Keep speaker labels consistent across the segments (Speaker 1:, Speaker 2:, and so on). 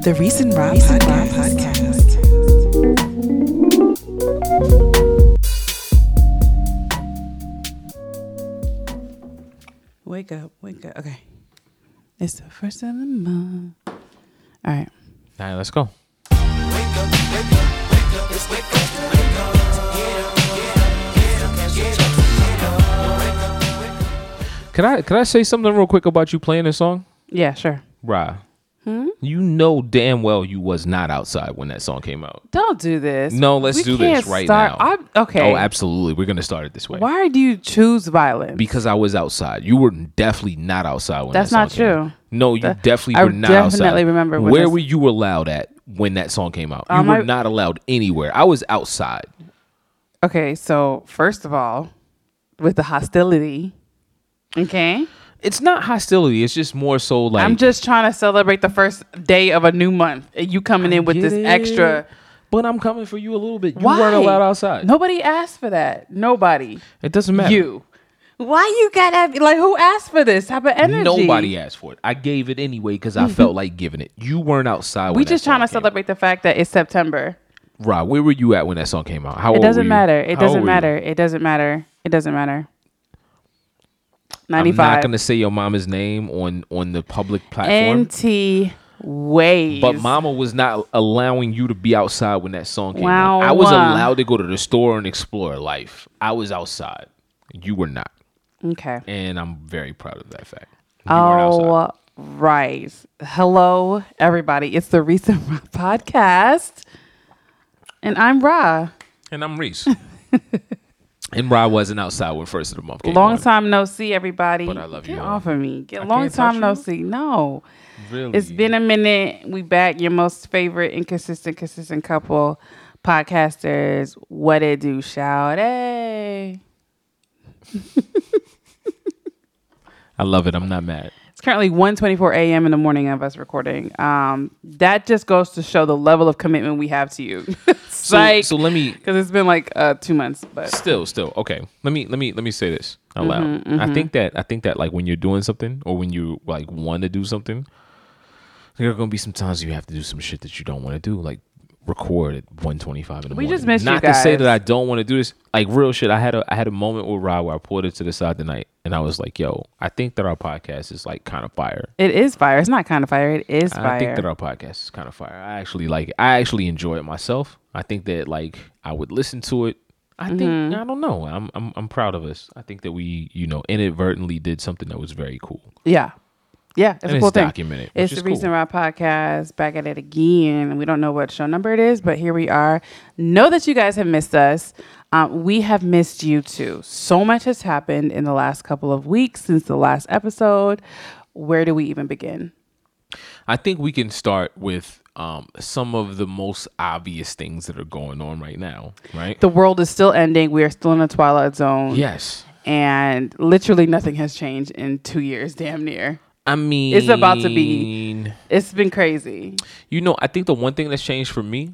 Speaker 1: The Reason Rob Podcast. Wake up, wake up. Okay. It's the first of the month. All right.
Speaker 2: All right, let's go. Can I can I say something real quick about you playing this song,
Speaker 1: Yeah, sure.
Speaker 2: Rye?
Speaker 1: Hmm?
Speaker 2: You know damn well you was not outside when that song came out.
Speaker 1: Don't do this.
Speaker 2: No, let's
Speaker 1: We
Speaker 2: do this
Speaker 1: can't
Speaker 2: right
Speaker 1: start-
Speaker 2: now.
Speaker 1: I'm, okay.
Speaker 2: Oh, absolutely. We're gonna start it this way.
Speaker 1: Why do you choose violence?
Speaker 2: Because I was outside. You were definitely not outside when
Speaker 1: That's
Speaker 2: that song
Speaker 1: not
Speaker 2: came out.
Speaker 1: true.
Speaker 2: No, you
Speaker 1: That-
Speaker 2: definitely
Speaker 1: I
Speaker 2: were not outside.
Speaker 1: definitely remember when
Speaker 2: where
Speaker 1: this-
Speaker 2: were you allowed at when that song came out. You
Speaker 1: Um,
Speaker 2: were
Speaker 1: I-
Speaker 2: not allowed anywhere. I was outside.
Speaker 1: okay, so first of all, with the hostility, okay?
Speaker 2: It's not hostility. It's just more so like
Speaker 1: I'm just trying to celebrate the first day of a new month. and You coming in with
Speaker 2: Get
Speaker 1: this
Speaker 2: it?
Speaker 1: extra.
Speaker 2: But I'm coming for you a little bit. You
Speaker 1: Why?
Speaker 2: weren't allowed outside.
Speaker 1: Nobody asked for that. Nobody.
Speaker 2: it doesn't matter.
Speaker 1: You. Why you gotta be like? Who asked for this type of energy?
Speaker 2: Nobody asked for it. I gave it anyway because I felt like giving it. You weren't outside.
Speaker 1: We just trying to celebrate the fact that it's September.
Speaker 2: Right? Where were you at when that song came out? How
Speaker 1: It
Speaker 2: old were
Speaker 1: doesn't
Speaker 2: you?
Speaker 1: matter. It
Speaker 2: How old
Speaker 1: doesn't
Speaker 2: were you?
Speaker 1: matter. It doesn't matter. It doesn't matter.
Speaker 2: I'm not
Speaker 1: 95.
Speaker 2: gonna say your mama's name on on the public platform.
Speaker 1: NT waves.
Speaker 2: but mama was not allowing you to be outside when that song came
Speaker 1: Wow.
Speaker 2: out. I was allowed to go to the store and explore life. I was outside. You were not.
Speaker 1: Okay.
Speaker 2: And I'm very proud of that fact. You weren't outside.
Speaker 1: All Oh, right. Hello, everybody. It's the Recent Ra podcast. And I'm Ra.
Speaker 2: And I'm Reese. and Rod wasn't outside when first of the month came.
Speaker 1: Long
Speaker 2: out.
Speaker 1: time no see, everybody.
Speaker 2: But I love
Speaker 1: Get
Speaker 2: you all.
Speaker 1: off of me. Get
Speaker 2: I
Speaker 1: long
Speaker 2: can't touch
Speaker 1: time no
Speaker 2: you? Mm.
Speaker 1: see. No.
Speaker 2: Really?
Speaker 1: It's been a minute. We back your most favorite inconsistent, consistent couple podcasters. What it do, shout hey.
Speaker 2: I love it. I'm not mad.
Speaker 1: It's currently 1.24 a.m. in the morning of us recording. Um, that just goes to show the level of commitment we have to you. It's
Speaker 2: So,
Speaker 1: like,
Speaker 2: so let me
Speaker 1: because it's been like uh, two months, but
Speaker 2: still still okay. Let me let me let me say this out loud.
Speaker 1: Mm-hmm,
Speaker 2: I think that I think that like when you're doing something or when you like want to do something, there are gonna be some times you have to do some shit that you don't want to do, like record at 125 in the
Speaker 1: We
Speaker 2: morning.
Speaker 1: just missed you
Speaker 2: Not to say
Speaker 1: guys.
Speaker 2: that I don't want to do this. Like real shit. I had a I had a moment with Rod where I pulled it to the side tonight and I was like, yo, I think that our podcast is like kind of fire.
Speaker 1: it is fire. It's not kind of fire. It is fire.
Speaker 2: I think that our podcast is kind of fire. I actually like it. I actually enjoy it myself. I think that like I would listen to it. I think
Speaker 1: Mm-hmm.
Speaker 2: I don't know. I'm I'm I'm proud of us. I think that we, you know, inadvertently did something that was very cool.
Speaker 1: yeah. Yeah, it's
Speaker 2: And
Speaker 1: a
Speaker 2: it's
Speaker 1: cool thing.
Speaker 2: documented, which
Speaker 1: It's
Speaker 2: is
Speaker 1: the Reason
Speaker 2: cool.
Speaker 1: Why podcast back at it again. We don't know what show number it is, but here we are. Know that you guys have missed us. Um, we have missed you too. So much has happened in the last couple of weeks since the last episode. Where do we even begin?
Speaker 2: I think we can start with um some of the most obvious things that are going on right now, right?
Speaker 1: The world is still ending. We are still in the twilight zone,
Speaker 2: yes.
Speaker 1: and literally nothing has changed in two years, damn near.
Speaker 2: I mean
Speaker 1: It's about to be- It's been crazy.
Speaker 2: You know, I think the one thing that's changed for me,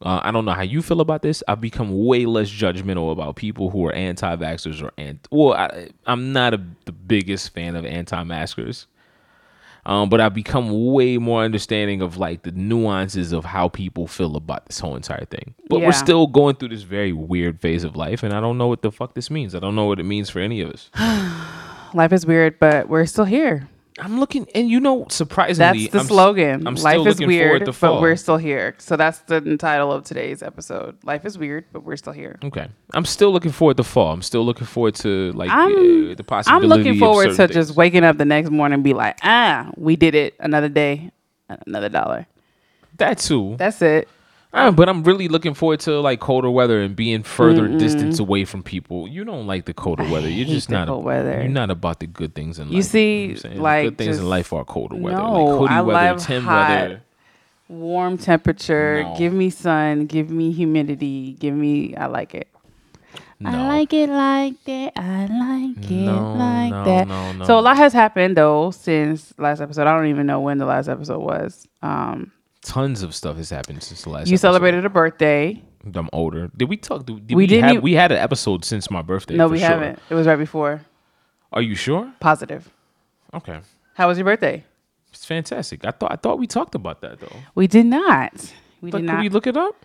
Speaker 2: uh, I don't know how you feel about this. I've become way less judgmental about people who are anti-vaxxers or anti. Well, I, I'm not a, the biggest fan of anti-maskers, um, but I've become way more understanding of like the nuances of how people feel about this whole entire thing. But
Speaker 1: Yeah.
Speaker 2: we're still going through this very weird phase of life, and I don't know what the fuck this means. I don't know what it means for any of us.
Speaker 1: Life is weird, but we're still here.
Speaker 2: I'm looking, and you know, surprisingly,
Speaker 1: That's the
Speaker 2: I'm s-
Speaker 1: slogan.
Speaker 2: I'm
Speaker 1: Life
Speaker 2: still
Speaker 1: is
Speaker 2: looking forward
Speaker 1: weird,
Speaker 2: to
Speaker 1: but
Speaker 2: fall.
Speaker 1: we're still here. So that's the title of today's episode. Life is weird, but we're still here.
Speaker 2: Okay, I'm still looking forward to fall. I'm still looking forward to like
Speaker 1: I'm-
Speaker 2: uh, the
Speaker 1: I'm
Speaker 2: possibility.
Speaker 1: looking
Speaker 2: of
Speaker 1: forward to
Speaker 2: certain
Speaker 1: just
Speaker 2: things.
Speaker 1: waking up the next morning and be like, ah, we did it. Another day, another dollar.
Speaker 2: that too.
Speaker 1: That's it.
Speaker 2: Uh, but I'm really looking forward to like colder weather and being further distance away from people. You don't like the colder weather. You're
Speaker 1: hate
Speaker 2: just
Speaker 1: the
Speaker 2: not.
Speaker 1: cold weather.
Speaker 2: You're not about the good things in life.
Speaker 1: You see,
Speaker 2: know what I'm saying? The
Speaker 1: like,
Speaker 2: good things
Speaker 1: just-
Speaker 2: in life are colder weather,
Speaker 1: No,
Speaker 2: like hoodie
Speaker 1: I
Speaker 2: weather,
Speaker 1: love
Speaker 2: tin
Speaker 1: hot.
Speaker 2: weather.
Speaker 1: Warm temperature.
Speaker 2: No.
Speaker 1: Give me sun. Give me humidity. Give me. I like it.
Speaker 2: No,
Speaker 1: I like it like that. I like it
Speaker 2: No,
Speaker 1: like
Speaker 2: no,
Speaker 1: that.
Speaker 2: no, no.
Speaker 1: So a lot has happened though since last episode. I don't even know when the last episode was. Um,
Speaker 2: tons of stuff has happened since the last.
Speaker 1: you
Speaker 2: episode.
Speaker 1: celebrated a birthday.
Speaker 2: I'm older. Did we talk? Did, did
Speaker 1: We
Speaker 2: we,
Speaker 1: didn't
Speaker 2: Have,
Speaker 1: e-
Speaker 2: we had an episode since my birthday.
Speaker 1: no,
Speaker 2: for
Speaker 1: we
Speaker 2: sure.
Speaker 1: haven't. It was right before.
Speaker 2: Are you sure?
Speaker 1: Positive.
Speaker 2: Okay.
Speaker 1: How was your birthday?
Speaker 2: it's fantastic. I thought I thought we talked about that though.
Speaker 1: We did not. We
Speaker 2: But
Speaker 1: did
Speaker 2: could
Speaker 1: not.
Speaker 2: we look it up?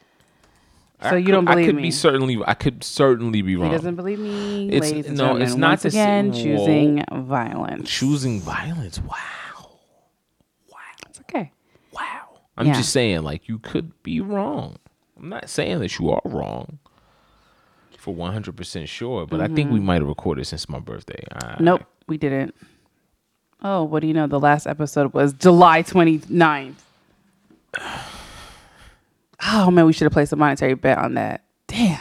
Speaker 1: So you don't
Speaker 2: could- I
Speaker 1: believe
Speaker 2: could
Speaker 1: me.
Speaker 2: be certainly. I could certainly be
Speaker 1: he
Speaker 2: wrong.
Speaker 1: doesn't believe me,
Speaker 2: It's-
Speaker 1: ladies and
Speaker 2: no,
Speaker 1: gentlemen.
Speaker 2: it's not
Speaker 1: Once
Speaker 2: the same-
Speaker 1: again choosing violence.
Speaker 2: Choosing violence. Wow. Wow.
Speaker 1: It's okay.
Speaker 2: Wow. I'm
Speaker 1: Yeah.
Speaker 2: just saying, like you could be wrong. I'm not saying that you are wrong for 100 percent sure, but I
Speaker 1: Mm-hmm.
Speaker 2: think we might have recorded since my birthday. I,
Speaker 1: Nope, we didn't. Oh, what do you know? The last episode was July 29th. Oh man, we should have placed a monetary bet on that. Damn,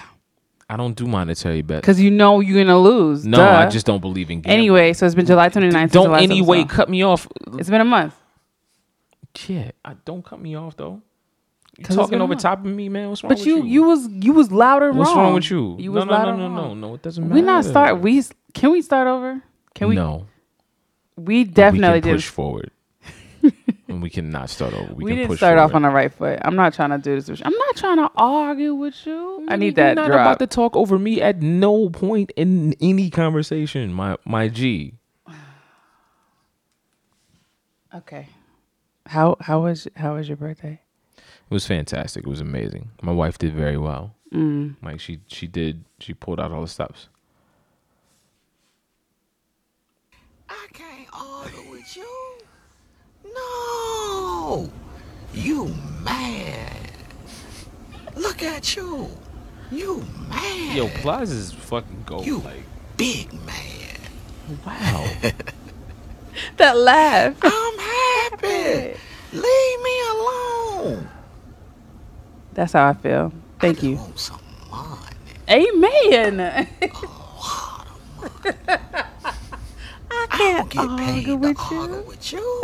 Speaker 2: I don't do monetary bets.
Speaker 1: because you know you're gonna lose.
Speaker 2: No,
Speaker 1: Duh.
Speaker 2: I just don't believe in gambling.
Speaker 1: Anyway, so it's been July 29th. since the
Speaker 2: Don't
Speaker 1: last
Speaker 2: anyway
Speaker 1: episode.
Speaker 2: cut me off.
Speaker 1: It's been a month.
Speaker 2: Yeah, I don't cut me off though. You
Speaker 1: 'Cause it's
Speaker 2: talking
Speaker 1: been
Speaker 2: over
Speaker 1: on.
Speaker 2: top of me, man. What's wrong
Speaker 1: But
Speaker 2: with
Speaker 1: you, you was you was loud and
Speaker 2: What's
Speaker 1: wrong.
Speaker 2: wrong, with you?
Speaker 1: You
Speaker 2: no,
Speaker 1: was
Speaker 2: no,
Speaker 1: loud
Speaker 2: no,
Speaker 1: and
Speaker 2: no, no,
Speaker 1: wrong.
Speaker 2: no. It doesn't matter.
Speaker 1: We not start. We s- can we start over? Can we?
Speaker 2: no.
Speaker 1: We
Speaker 2: we
Speaker 1: definitely
Speaker 2: can
Speaker 1: did.
Speaker 2: push forward. and we cannot start over. We,
Speaker 1: We
Speaker 2: can
Speaker 1: didn't
Speaker 2: push
Speaker 1: start off on
Speaker 2: forward.
Speaker 1: the right foot. I'm not trying to do this. with you. I'm not trying to argue with you. I need that
Speaker 2: You're not
Speaker 1: drop.
Speaker 2: about to talk over me at no point in any conversation, my my G.
Speaker 1: Okay. How how was how was your birthday?
Speaker 2: It was fantastic. It was amazing. My wife did very well.
Speaker 1: Mm.
Speaker 2: Like she she did she pulled out all the stops.
Speaker 3: I can't argue with you. No. You mad. Look at you. You mad.
Speaker 2: Yo, Plaza's fucking gold.
Speaker 3: you
Speaker 2: Like
Speaker 3: big man.
Speaker 2: wow.
Speaker 1: That laugh.
Speaker 3: I'm happy. Leave me alone.
Speaker 1: That's how I feel.
Speaker 3: I
Speaker 1: Thank
Speaker 3: just
Speaker 1: you.
Speaker 3: Want some money.
Speaker 1: Amen.
Speaker 3: I don't get paid
Speaker 1: argue
Speaker 3: to
Speaker 1: with you.
Speaker 3: argue with you.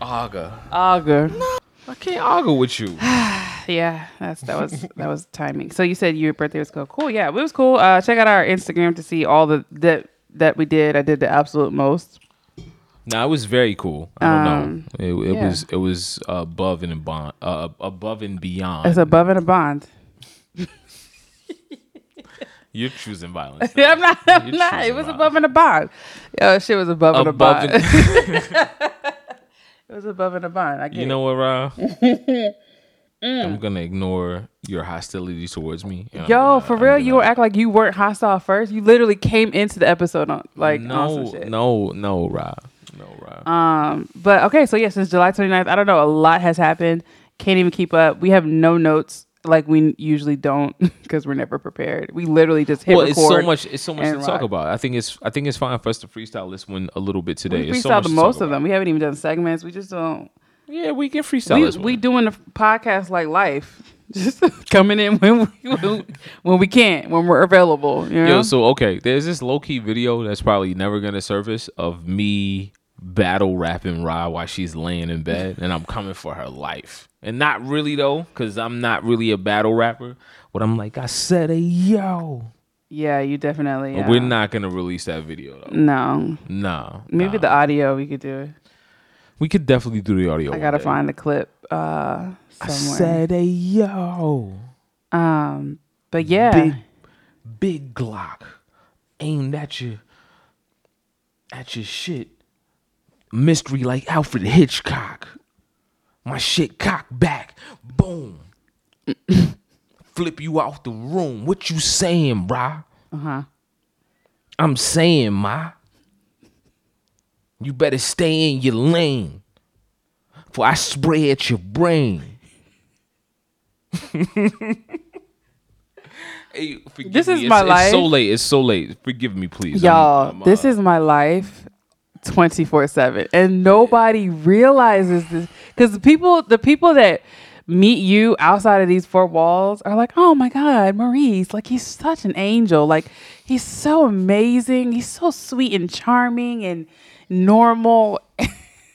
Speaker 2: Aga.
Speaker 1: Augur.
Speaker 2: I can't argue with you.
Speaker 1: Yeah, that's that was that was timing. So you said your birthday was cool. Cool. Yeah, it was cool. Uh, check out our Instagram to see all the that that we did. I did the absolute most.
Speaker 2: No, it was very cool. I don't
Speaker 1: Um,
Speaker 2: know. It, it
Speaker 1: yeah.
Speaker 2: was it was above and beyond. Uh, above and beyond.
Speaker 1: It's above and a bond.
Speaker 2: You're choosing violence.
Speaker 1: I'm not. I'm
Speaker 2: You're
Speaker 1: not. It
Speaker 2: choosing
Speaker 1: was
Speaker 2: violence.
Speaker 1: above and a bond. Yo, shit was above, and a
Speaker 2: above.
Speaker 1: bond.
Speaker 2: And,
Speaker 1: it was above and a bond. I get
Speaker 2: you
Speaker 1: it.
Speaker 2: know what, Rob?
Speaker 1: Mm.
Speaker 2: I'm gonna ignore your hostility towards me. and I'm
Speaker 1: Yo,
Speaker 2: gonna-
Speaker 1: for
Speaker 2: I'm
Speaker 1: real,
Speaker 2: gonna-
Speaker 1: you were act like you weren't hostile first. You literally came into the episode on like on some
Speaker 2: no,
Speaker 1: shit.
Speaker 2: no, no, Rob, no, Rob.
Speaker 1: But okay, so yeah, since July 29th, I don't know, a lot has happened. Can't even keep up. We have no notes like we usually don't because we're never prepared. We literally just hit
Speaker 2: well, it's so
Speaker 1: record
Speaker 2: much. It's so much to
Speaker 1: and
Speaker 2: talk
Speaker 1: rock.
Speaker 2: about. I think it's. I think it's fine for us to freestyle this one a little bit today.
Speaker 1: We
Speaker 2: It's so
Speaker 1: freestyle
Speaker 2: much
Speaker 1: the
Speaker 2: to talk
Speaker 1: most of
Speaker 2: about.
Speaker 1: them. We haven't even done segments. We just don't.
Speaker 2: Yeah, we can freestyle
Speaker 1: We,
Speaker 2: this one.
Speaker 1: we doing the podcast like life, just coming in when we when, when we can, when we're available. You know?
Speaker 2: Yo, so okay, there's this low key video that's probably never gonna surface of me battle rapping Ra while she's laying in bed, and I'm coming for her life. And not really though, cause I'm not really a battle rapper. But I'm like, I said, a yo,
Speaker 1: yeah, you definitely.
Speaker 2: But
Speaker 1: uh,
Speaker 2: we're not gonna release that video though.
Speaker 1: No,
Speaker 2: Nah,
Speaker 1: maybe
Speaker 2: nah.
Speaker 1: the audio we could do it.
Speaker 2: we could definitely do the audio.
Speaker 1: I gotta find the clip uh, somewhere.
Speaker 2: Said, a yo,
Speaker 1: um, but yeah,
Speaker 2: big, big Glock, aimed at your, at your shit. Mystery like Alfred Hitchcock. My shit cock back, boom. Flip you out the room. What you saying, brah?
Speaker 1: uh huh.
Speaker 2: I'm saying, ma. You better stay in your lane, for I spray at your brain. hey, forgive
Speaker 1: This
Speaker 2: me.
Speaker 1: is
Speaker 2: It's-
Speaker 1: my
Speaker 2: it's
Speaker 1: life.
Speaker 2: so late. It's so late. Forgive me, please. I'm-
Speaker 1: Y'all,
Speaker 2: I'm,
Speaker 1: this
Speaker 2: uh,
Speaker 1: is my life 24 7. And nobody realizes this. Because the people, the people that meet you outside of these four walls are like, oh my God, Maurice, like he's such an angel. Like he's so amazing. He's so sweet and charming and normal.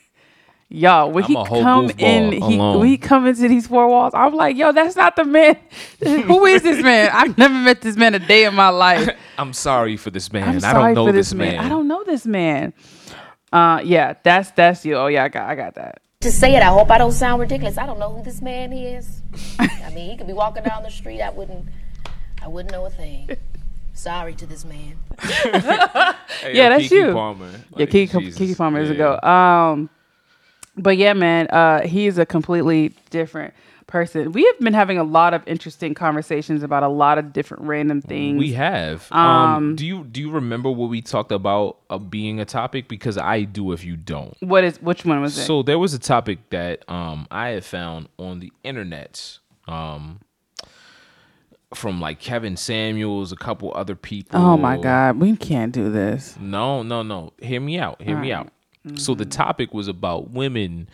Speaker 1: Y'all, when
Speaker 2: I'm
Speaker 1: he
Speaker 2: a whole
Speaker 1: come
Speaker 2: goofball
Speaker 1: in, he,
Speaker 2: alone.
Speaker 1: when he come into these four walls, I'm like, yo, that's not the man. Who is this man? I've never met this man a day in my life.
Speaker 2: I'm sorry for this man.
Speaker 1: I'm
Speaker 2: I
Speaker 1: sorry
Speaker 2: don't know
Speaker 1: for
Speaker 2: this man.
Speaker 1: I don't know this man. Uh, yeah, that's that's you. Oh yeah, I got I got that.
Speaker 4: to say it. I hope I don't sound ridiculous. I don't know who this man is. I mean, he could be walking down the street. I wouldn't. I wouldn't know a thing. Sorry to this man.
Speaker 2: Hey,
Speaker 1: Yeah, that's
Speaker 2: Keke
Speaker 1: you.
Speaker 2: Palmer.
Speaker 1: yeah,
Speaker 2: Like,
Speaker 1: Kiki,
Speaker 2: Jesus.
Speaker 1: Kiki Palmer is
Speaker 2: Yeah.
Speaker 1: a go. Um, but yeah, man, uh, he is a completely different person. We have been having a lot of interesting conversations about a lot of different random things.
Speaker 2: We have. Um, do you do you remember what we talked about uh, being a topic? Because I do. If you don't,
Speaker 1: what is which one was it?
Speaker 2: so there was a topic that um, I had found on the internet um, from like Kevin Samuels, a couple other people.
Speaker 1: oh my god, we can't do this.
Speaker 2: No, no, no. Hear me out. Hear me out. So the topic was about women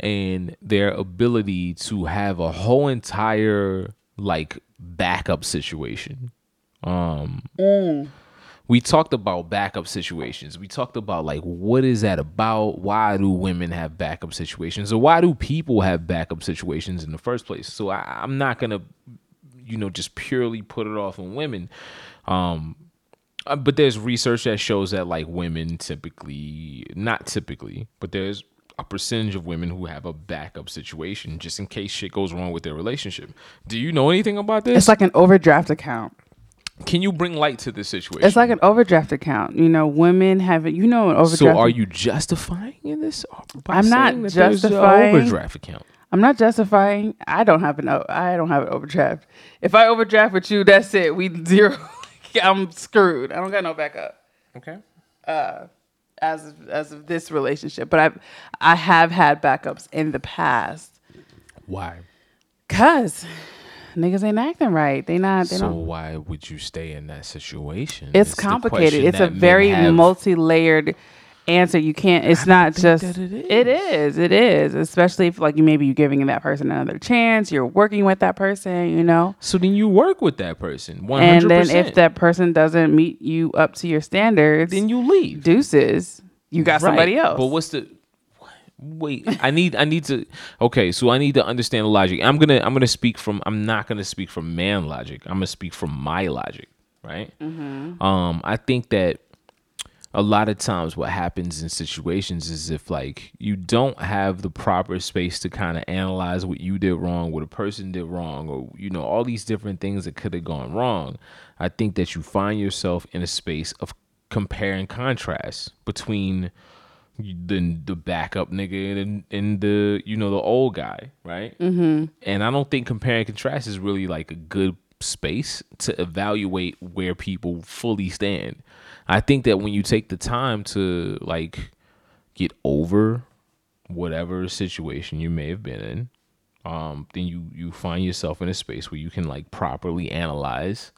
Speaker 2: and their ability to have a whole entire like backup situation. Um we talked about backup situations. We talked about like what is that about? Why do women have backup situations? Or why do people have backup situations in the first place? So I, I'm not gonna you know just purely put it off on women. Um uh, but there's research that shows that like women typically not typically but there's a percentage of women who have a backup situation just in case shit goes wrong with their relationship do you know anything about this
Speaker 1: It's like an overdraft account.
Speaker 2: can you bring light to this situation
Speaker 1: It's like an overdraft account. You know, women have it. You know, an overdraft.
Speaker 2: so are you justifying in this uh, by
Speaker 1: I'm not
Speaker 2: saying that there's a
Speaker 1: justifying.
Speaker 2: overdraft account
Speaker 1: I'm not justifying. I don't have an. o- I don't have an overdraft. If I overdraft with you, that's it. We zero. I'm screwed. I don't got no backup.
Speaker 2: okay
Speaker 1: as of, as of this relationship, but I've I have had backups in the past.
Speaker 2: why
Speaker 1: Cause niggas ain't acting right. They not. They
Speaker 2: so
Speaker 1: don't.
Speaker 2: why would you stay in that situation
Speaker 1: It's
Speaker 2: is the
Speaker 1: complicated.
Speaker 2: question
Speaker 1: It's a
Speaker 2: that men
Speaker 1: very
Speaker 2: have.
Speaker 1: multi-layered answer. You can't. It's not just.
Speaker 2: that it
Speaker 1: It is. It is. Especially if like you maybe you're giving that person another chance. You're working with that person. You know.
Speaker 2: so then you work with that person 100%
Speaker 1: And then if that person doesn't meet you up to your standards,
Speaker 2: then you leave
Speaker 1: deuces. You got
Speaker 2: Right,
Speaker 1: somebody else.
Speaker 2: But what's the wait? I need I need to okay. So I need to understand the logic. I'm gonna I'm gonna speak from I'm not gonna speak from man logic. I'm gonna speak from my logic, right?
Speaker 1: Mm-hmm.
Speaker 2: Um, I think that a lot of times what happens in situations is if like you don't have the proper space to kind of analyze what you did wrong what a person did wrong or you know all these different things that could have gone wrong i think that you find yourself in a space of compare and contrast between the the backup nigga and, and the you know the old guy right mm-hmm. and i don't think compare and contrast is really like a good space to evaluate where people fully stand i think that when you take the time to like get over whatever situation you may have been in um then you you find yourself in a space where you can like properly analyze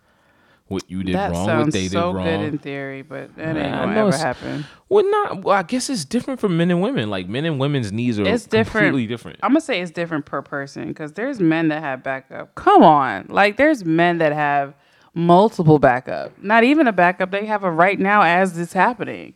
Speaker 2: what you did
Speaker 1: that
Speaker 2: wrong
Speaker 1: sounds
Speaker 2: what they
Speaker 1: so
Speaker 2: did wrong
Speaker 1: good in theory, but that
Speaker 2: Man,
Speaker 1: ain't
Speaker 2: I
Speaker 1: gonna
Speaker 2: know
Speaker 1: ever
Speaker 2: it's-
Speaker 1: happen.
Speaker 2: well, not. Well, I guess it's different for men and women. Like men and women's needs are
Speaker 1: It's different. Uh,
Speaker 2: completely different.
Speaker 1: I'm gonna say it's different per person because there's men that have backup. Come on, like there's men that have multiple backup. Not even a backup; they have a right now as this happening,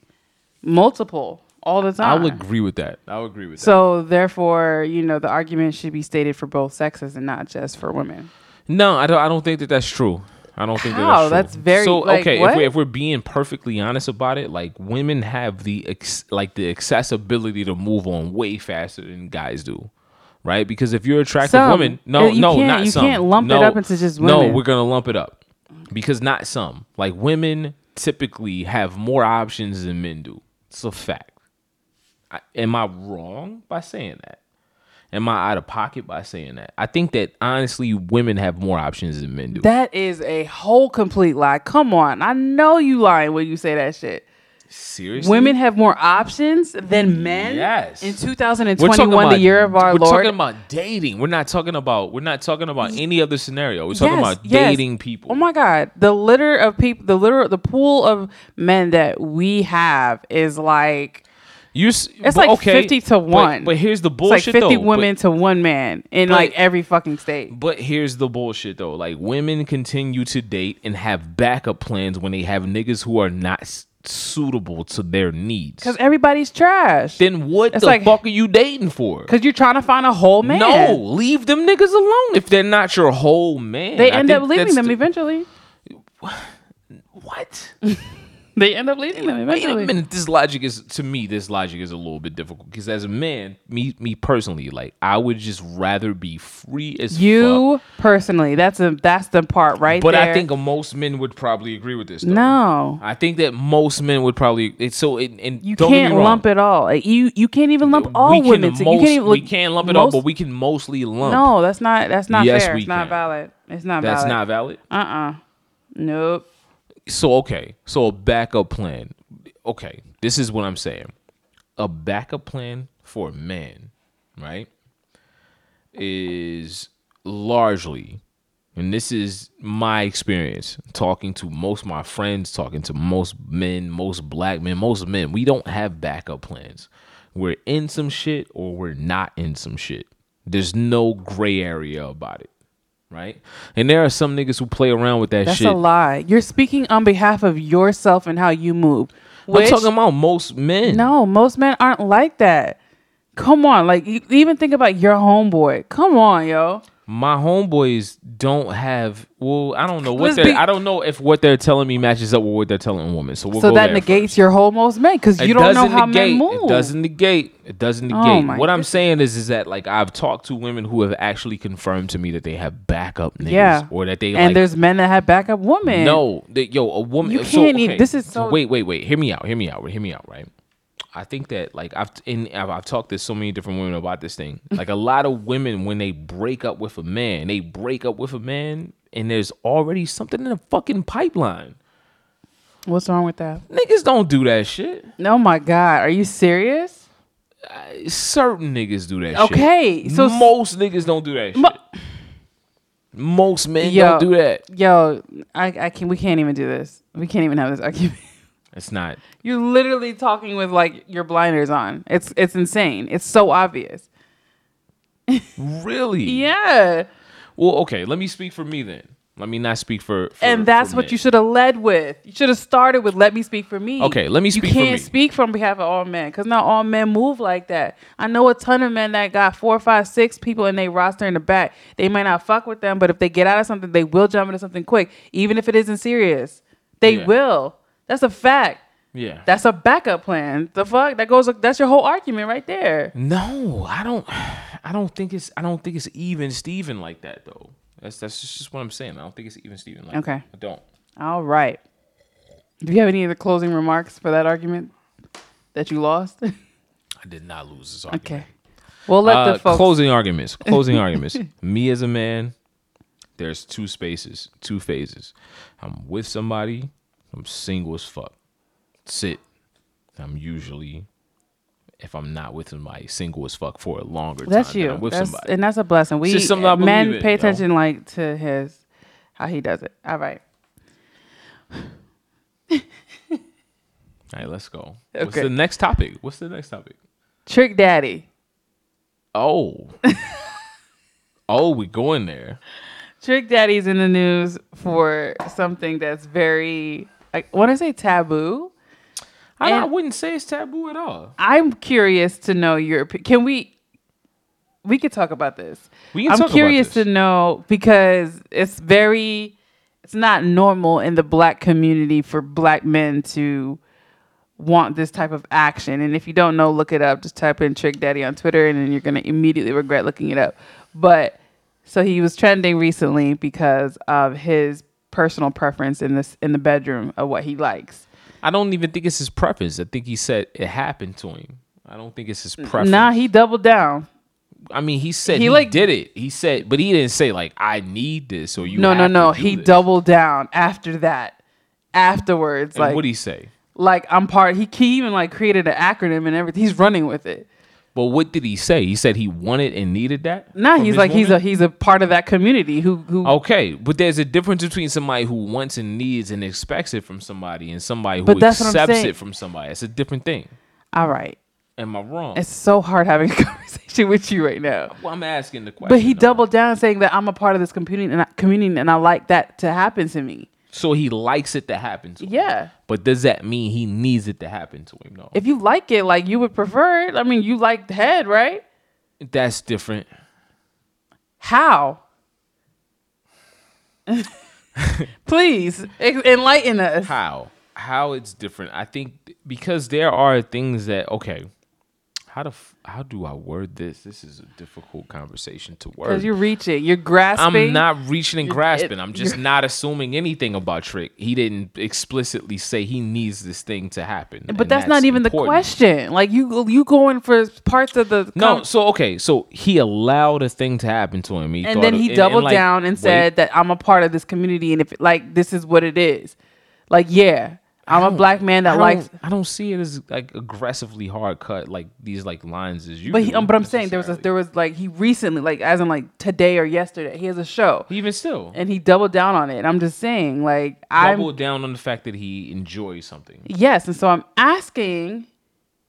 Speaker 1: multiple all the time.
Speaker 2: I'll agree with that. I'll agree with that.
Speaker 1: So therefore, you know, the argument should be stated for both sexes and not just for women.
Speaker 2: No, I don't. I don't think that that's true. I don't think
Speaker 1: How?
Speaker 2: that that's
Speaker 1: That's
Speaker 2: true.
Speaker 1: very-
Speaker 2: so.
Speaker 1: like,
Speaker 2: okay,
Speaker 1: what?
Speaker 2: if we're, if we're being perfectly honest about it, like women have the ex- like the accessibility to move on way faster than guys do. Right, because if you're attractive
Speaker 1: Some.
Speaker 2: women, no,
Speaker 1: Uh, you
Speaker 2: no,
Speaker 1: can't-
Speaker 2: not
Speaker 1: you
Speaker 2: some.
Speaker 1: can't lump it
Speaker 2: No,
Speaker 1: up into just
Speaker 2: No,
Speaker 1: women.
Speaker 2: we're gonna lump it up because not some. Like women typically have more options than men do. It's a fact. I, am I wrong by saying that? Am I out of pocket by saying that? I think that honestly, women have more options than men do.
Speaker 1: That is a whole complete lie. Come on, I know you lying when you say that shit.
Speaker 2: Seriously,
Speaker 1: Women have more options than men.
Speaker 2: Yes.
Speaker 1: In
Speaker 2: We're talking
Speaker 1: 2021, the
Speaker 2: about-
Speaker 1: year of our
Speaker 2: we're
Speaker 1: Lord.
Speaker 2: talking about dating. We're not talking about. We're not talking about any other scenario. We're talking
Speaker 1: Yes,
Speaker 2: about
Speaker 1: yes.
Speaker 2: dating people.
Speaker 1: Oh my God. The litter of people, the litter, the pool of men that we have is like,
Speaker 2: you. It's
Speaker 1: like 50 to one.
Speaker 2: But, here's the
Speaker 1: it's like
Speaker 2: bullshit.
Speaker 1: 50
Speaker 2: though. But-
Speaker 1: women to one man in
Speaker 2: but-
Speaker 1: like every fucking state.
Speaker 2: But here's the bullshit though. Like women continue to date and have backup plans when they have niggas who are not s- suitable to their needs.
Speaker 1: Because everybody's trash.
Speaker 2: Then what
Speaker 1: It's
Speaker 2: the
Speaker 1: like-
Speaker 2: fuck are you dating for?
Speaker 1: Because you're trying to find a whole man.
Speaker 2: No, leave them niggas alone if they're not your whole man.
Speaker 1: They
Speaker 2: I
Speaker 1: end
Speaker 2: think
Speaker 1: up leaving
Speaker 2: that's
Speaker 1: them
Speaker 2: the-
Speaker 1: eventually.
Speaker 2: What?
Speaker 1: They end up leading them
Speaker 2: Wait a
Speaker 1: eventually.
Speaker 2: minute. This logic is to me. This logic is a little bit difficult because as a man, me me personally, like I would just rather be free as fuck.
Speaker 1: You personally, that's a that's the part right
Speaker 2: But I
Speaker 1: there.
Speaker 2: think most men would probably agree with this. Though.
Speaker 1: no,
Speaker 2: I think that most men would probably. It's so it, and
Speaker 1: you
Speaker 2: don't
Speaker 1: can't
Speaker 2: get me wrong,
Speaker 1: lump it all. Like, You you can't even lump all
Speaker 2: we can
Speaker 1: women. to- you
Speaker 2: most-
Speaker 1: can't even,
Speaker 2: we can't lump it all,
Speaker 1: most-
Speaker 2: but we can mostly lump.
Speaker 1: no, that's not that's not
Speaker 2: Yes,
Speaker 1: fair.
Speaker 2: we
Speaker 1: It's not
Speaker 2: can.
Speaker 1: valid. It's not
Speaker 2: that's
Speaker 1: valid.
Speaker 2: not valid.
Speaker 1: Nope.
Speaker 2: so okay so a backup plan okay this is what i'm saying a backup plan for a man right is largely and this is my experience talking to most of my friends talking to most men most black men most men we don't have backup plans we're in some shit or we're not in some shit there's no gray area about it right and there are some niggas who play around with that
Speaker 1: That's
Speaker 2: shit
Speaker 1: a lie. You're speaking on behalf of yourself and how you move.
Speaker 2: I'm
Speaker 1: which-
Speaker 2: talking about most men.
Speaker 1: No, most men aren't like that. Come on, like you, even think about your homeboy. Come on, yo.
Speaker 2: My homeboys don't have. Well, I don't know what
Speaker 1: Let's
Speaker 2: they're.
Speaker 1: be-
Speaker 2: I don't know if what they're telling me matches up with what they're telling women. So we'll
Speaker 1: so
Speaker 2: go
Speaker 1: that
Speaker 2: there
Speaker 1: negates
Speaker 2: first.
Speaker 1: your whole most men because you
Speaker 2: It
Speaker 1: don't know
Speaker 2: doesn't
Speaker 1: how
Speaker 2: negate,
Speaker 1: men move. Oh
Speaker 2: It doesn't negate. It doesn't negate.
Speaker 1: my
Speaker 2: what I'm saying is, is that like I've talked to women who have actually confirmed to me that they have backup niggas,
Speaker 1: Yeah.
Speaker 2: or that they
Speaker 1: and
Speaker 2: like
Speaker 1: there's men that have backup women.
Speaker 2: No, that yo, a woman.
Speaker 1: You
Speaker 2: so,
Speaker 1: can't even-
Speaker 2: okay,
Speaker 1: this is so-
Speaker 2: Wait, wait, wait. Hear me out. Hear me out. Hear me out. Right. I think that like I've in I've, I've talked to so many different women about this thing. Like a lot of women, when they break up with a man, they break up with a man, and there's already something in the fucking pipeline.
Speaker 1: What's wrong with that?
Speaker 2: Niggas don't do that shit.
Speaker 1: Oh my God, are you serious?
Speaker 2: Certain niggas do that. shit.
Speaker 1: Okay, so s-
Speaker 2: most niggas don't do that. Shit.
Speaker 1: Mo-
Speaker 2: most men
Speaker 1: Yo.
Speaker 2: don't do that.
Speaker 1: Yo, I, I can. We can't even do this. We can't even have this argument.
Speaker 2: It's not.
Speaker 1: You're literally talking with like your blinders on. It's it's insane. It's so obvious.
Speaker 2: Really?
Speaker 1: Yeah,
Speaker 2: Well, okay. Let me speak for me then. Let me not speak for. for
Speaker 1: and that's
Speaker 2: for
Speaker 1: what
Speaker 2: men.
Speaker 1: you should have led with. You should have started with "Let me speak for me."
Speaker 2: Okay, let me
Speaker 1: You
Speaker 2: speak for
Speaker 1: can't
Speaker 2: me.
Speaker 1: speak from behalf of all men because not all men move like that. I know a ton of men that got four, five, six people in their roster in the back. They might not fuck with them, but if they get out of something, they will jump into something quick, even if it isn't serious. They
Speaker 2: Yeah.
Speaker 1: will. That's a fact.
Speaker 2: Yeah.
Speaker 1: That's a backup plan. The fuck that goes. That's your whole argument right there.
Speaker 2: no, I don't. I don't think it's. I don't think it's even Steven like that though. That's that's just, just what I'm saying. I don't think it's even Steven like.
Speaker 1: Okay.
Speaker 2: that. I don't.
Speaker 1: All right. Do you have any other closing remarks for that argument that you lost?
Speaker 2: I did not lose this argument.
Speaker 1: okay. We'll let
Speaker 2: Uh,
Speaker 1: the folks.
Speaker 2: closing arguments. Closing arguments. Me as a man, there's two spaces, two phases. I'm with somebody. I'm single as fuck. That's it. I'm usually, if I'm not with somebody, single as fuck for a longer
Speaker 1: That's
Speaker 2: time. than
Speaker 1: you.
Speaker 2: I'm with
Speaker 1: That's-
Speaker 2: somebody.
Speaker 1: and that's a blessing. We
Speaker 2: just something I believe
Speaker 1: men
Speaker 2: in,
Speaker 1: pay
Speaker 2: yo.
Speaker 1: attention like to his how he does it. All right.
Speaker 2: All right, let's go. What's
Speaker 1: Okay.
Speaker 2: the next topic? What's the next topic?
Speaker 1: Trick Daddy.
Speaker 2: Oh. oh, we going there.
Speaker 1: Trick Daddy's in the news for something that's very I want to say taboo.
Speaker 2: I, I
Speaker 1: And-
Speaker 2: wouldn't say it's taboo at all.
Speaker 1: I'm curious to know your opi- can we we could talk about this.
Speaker 2: We can
Speaker 1: I'm
Speaker 2: talk about
Speaker 1: curious
Speaker 2: this.
Speaker 1: to know because it's very it's not normal in the black community for black men to want this type of action. And if you don't know, look it up. Just type in Trick Daddy on Twitter and then you're gonna immediately regret looking it up. But so he was trending recently because of his personal preference in this in the bedroom of what he likes.
Speaker 2: I don't even think it's his preference. I think he said it happened to him. I don't think it's his preference.
Speaker 1: Nah, he doubled down.
Speaker 2: I mean, he said
Speaker 1: he,
Speaker 2: he,
Speaker 1: like-
Speaker 2: did it. He said, but he didn't say like I need this or you.
Speaker 1: No, no,
Speaker 2: have
Speaker 1: no.
Speaker 2: to do
Speaker 1: He
Speaker 2: this.
Speaker 1: doubled down after that. Afterwards,
Speaker 2: And
Speaker 1: like,
Speaker 2: what did he say?
Speaker 1: like I'm part. He, he even like created an acronym and everything. He's running with it.
Speaker 2: Well, what did he say? He said he wanted and needed that.
Speaker 1: Now
Speaker 2: from
Speaker 1: he's
Speaker 2: his
Speaker 1: like he's a
Speaker 2: woman? Oh.
Speaker 1: he's a part of that community who who
Speaker 2: Okay, but there's a difference between somebody who wants and needs and expects it from somebody and somebody who
Speaker 1: But that's what I'm
Speaker 2: accepts
Speaker 1: saying.
Speaker 2: it from somebody. It's a different thing.
Speaker 1: All right.
Speaker 2: Am I wrong?
Speaker 1: It's so hard having a conversation with you right now.
Speaker 2: Well, I'm asking the question.
Speaker 1: But he
Speaker 2: though.
Speaker 1: doubled down saying that I'm a part of this community and I, community and I like that to happen to me.
Speaker 2: So he likes it to happen to him.
Speaker 1: Yeah.
Speaker 2: But does that mean he needs it to happen to him? No.
Speaker 1: If you like it, like you would prefer it. I mean, you like the head, right?
Speaker 2: That's different.
Speaker 1: How? Please ex- e, enlighten us.
Speaker 2: How? how it's different. I think because there are things that okay, how to f- how do I word this? This is a difficult conversation to word.
Speaker 1: Because you're reaching, you're grasping.
Speaker 2: I'm not reaching and grasping. I'm just
Speaker 1: you're-
Speaker 2: not assuming anything about Trick. He didn't explicitly say he needs this thing to happen.
Speaker 1: But that's, not even the question. Like you, you going for parts of the
Speaker 2: No,
Speaker 1: com-
Speaker 2: so okay, so he allowed a thing to happen to him. He
Speaker 1: and
Speaker 2: thought
Speaker 1: then
Speaker 2: of-
Speaker 1: he doubled
Speaker 2: like,
Speaker 1: down and
Speaker 2: wait,
Speaker 1: said that I'm a part of this community, and if it, like this is what it is, like yeah, I'm a black man
Speaker 2: I
Speaker 1: that
Speaker 2: don't,
Speaker 1: likes.
Speaker 2: I don't see it as like aggressively hard cut like these like lines as you.
Speaker 1: But
Speaker 2: do,
Speaker 1: he, um, but I'm saying there was a,
Speaker 2: necessarily.
Speaker 1: there was like he recently like as in like today or yesterday he has a show
Speaker 2: even still
Speaker 1: and he doubled down on it. I'm just saying like I'm
Speaker 2: doubled down on the fact that he enjoys something.
Speaker 1: Yes, and so I'm asking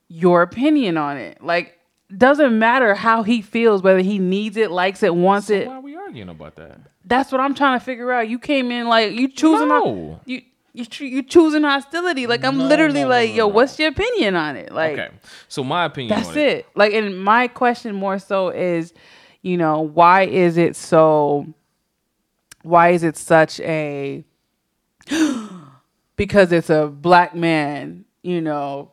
Speaker 1: your opinion on it. Like, doesn't matter how he feels, whether he needs it, likes it, wants it.
Speaker 2: Why are we arguing about that?
Speaker 1: That's what I'm trying to figure out. You came in like you choosing
Speaker 2: No.
Speaker 1: you you cho- you choosing hostility. Like I'm literally like, yo, what's your opinion on it? Like
Speaker 2: Okay, so my opinion.
Speaker 1: that's
Speaker 2: on
Speaker 1: it. Like, and my question more so is, you know, why is it so? Why is it such a? because it's a black man, you know.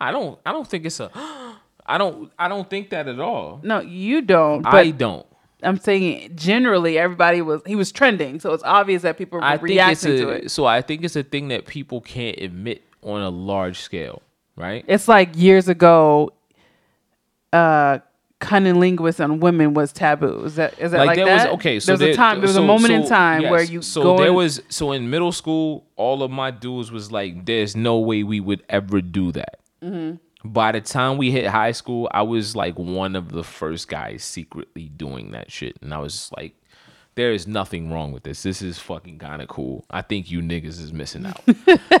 Speaker 2: I don't. I don't think it's a. I don't. I don't think that at all.
Speaker 1: No, you don't. But
Speaker 2: I don't.
Speaker 1: I'm saying generally, everybody was he was trending, so it's obvious that people were
Speaker 2: I think it's
Speaker 1: reacting
Speaker 2: a.
Speaker 1: to it.
Speaker 2: So I think it's a thing that people can't admit on a large scale, right?
Speaker 1: It's like years ago, uh, cunning linguists on women was taboo. Is that is that like,
Speaker 2: there
Speaker 1: that?
Speaker 2: was okay. So
Speaker 1: there's a time. There was a
Speaker 2: so-
Speaker 1: moment in
Speaker 2: so,
Speaker 1: time where
Speaker 2: yes.
Speaker 1: you
Speaker 2: So
Speaker 1: go
Speaker 2: there
Speaker 1: in-
Speaker 2: was. So in middle school, all of my dudes was like, "There's no way we would ever do that."
Speaker 1: Mm-hmm.
Speaker 2: By the time we hit high school, I was like one of the first guys secretly doing that shit, and I was just like, "There is nothing wrong with this. This is fucking kind of cool. I think you niggas is missing out."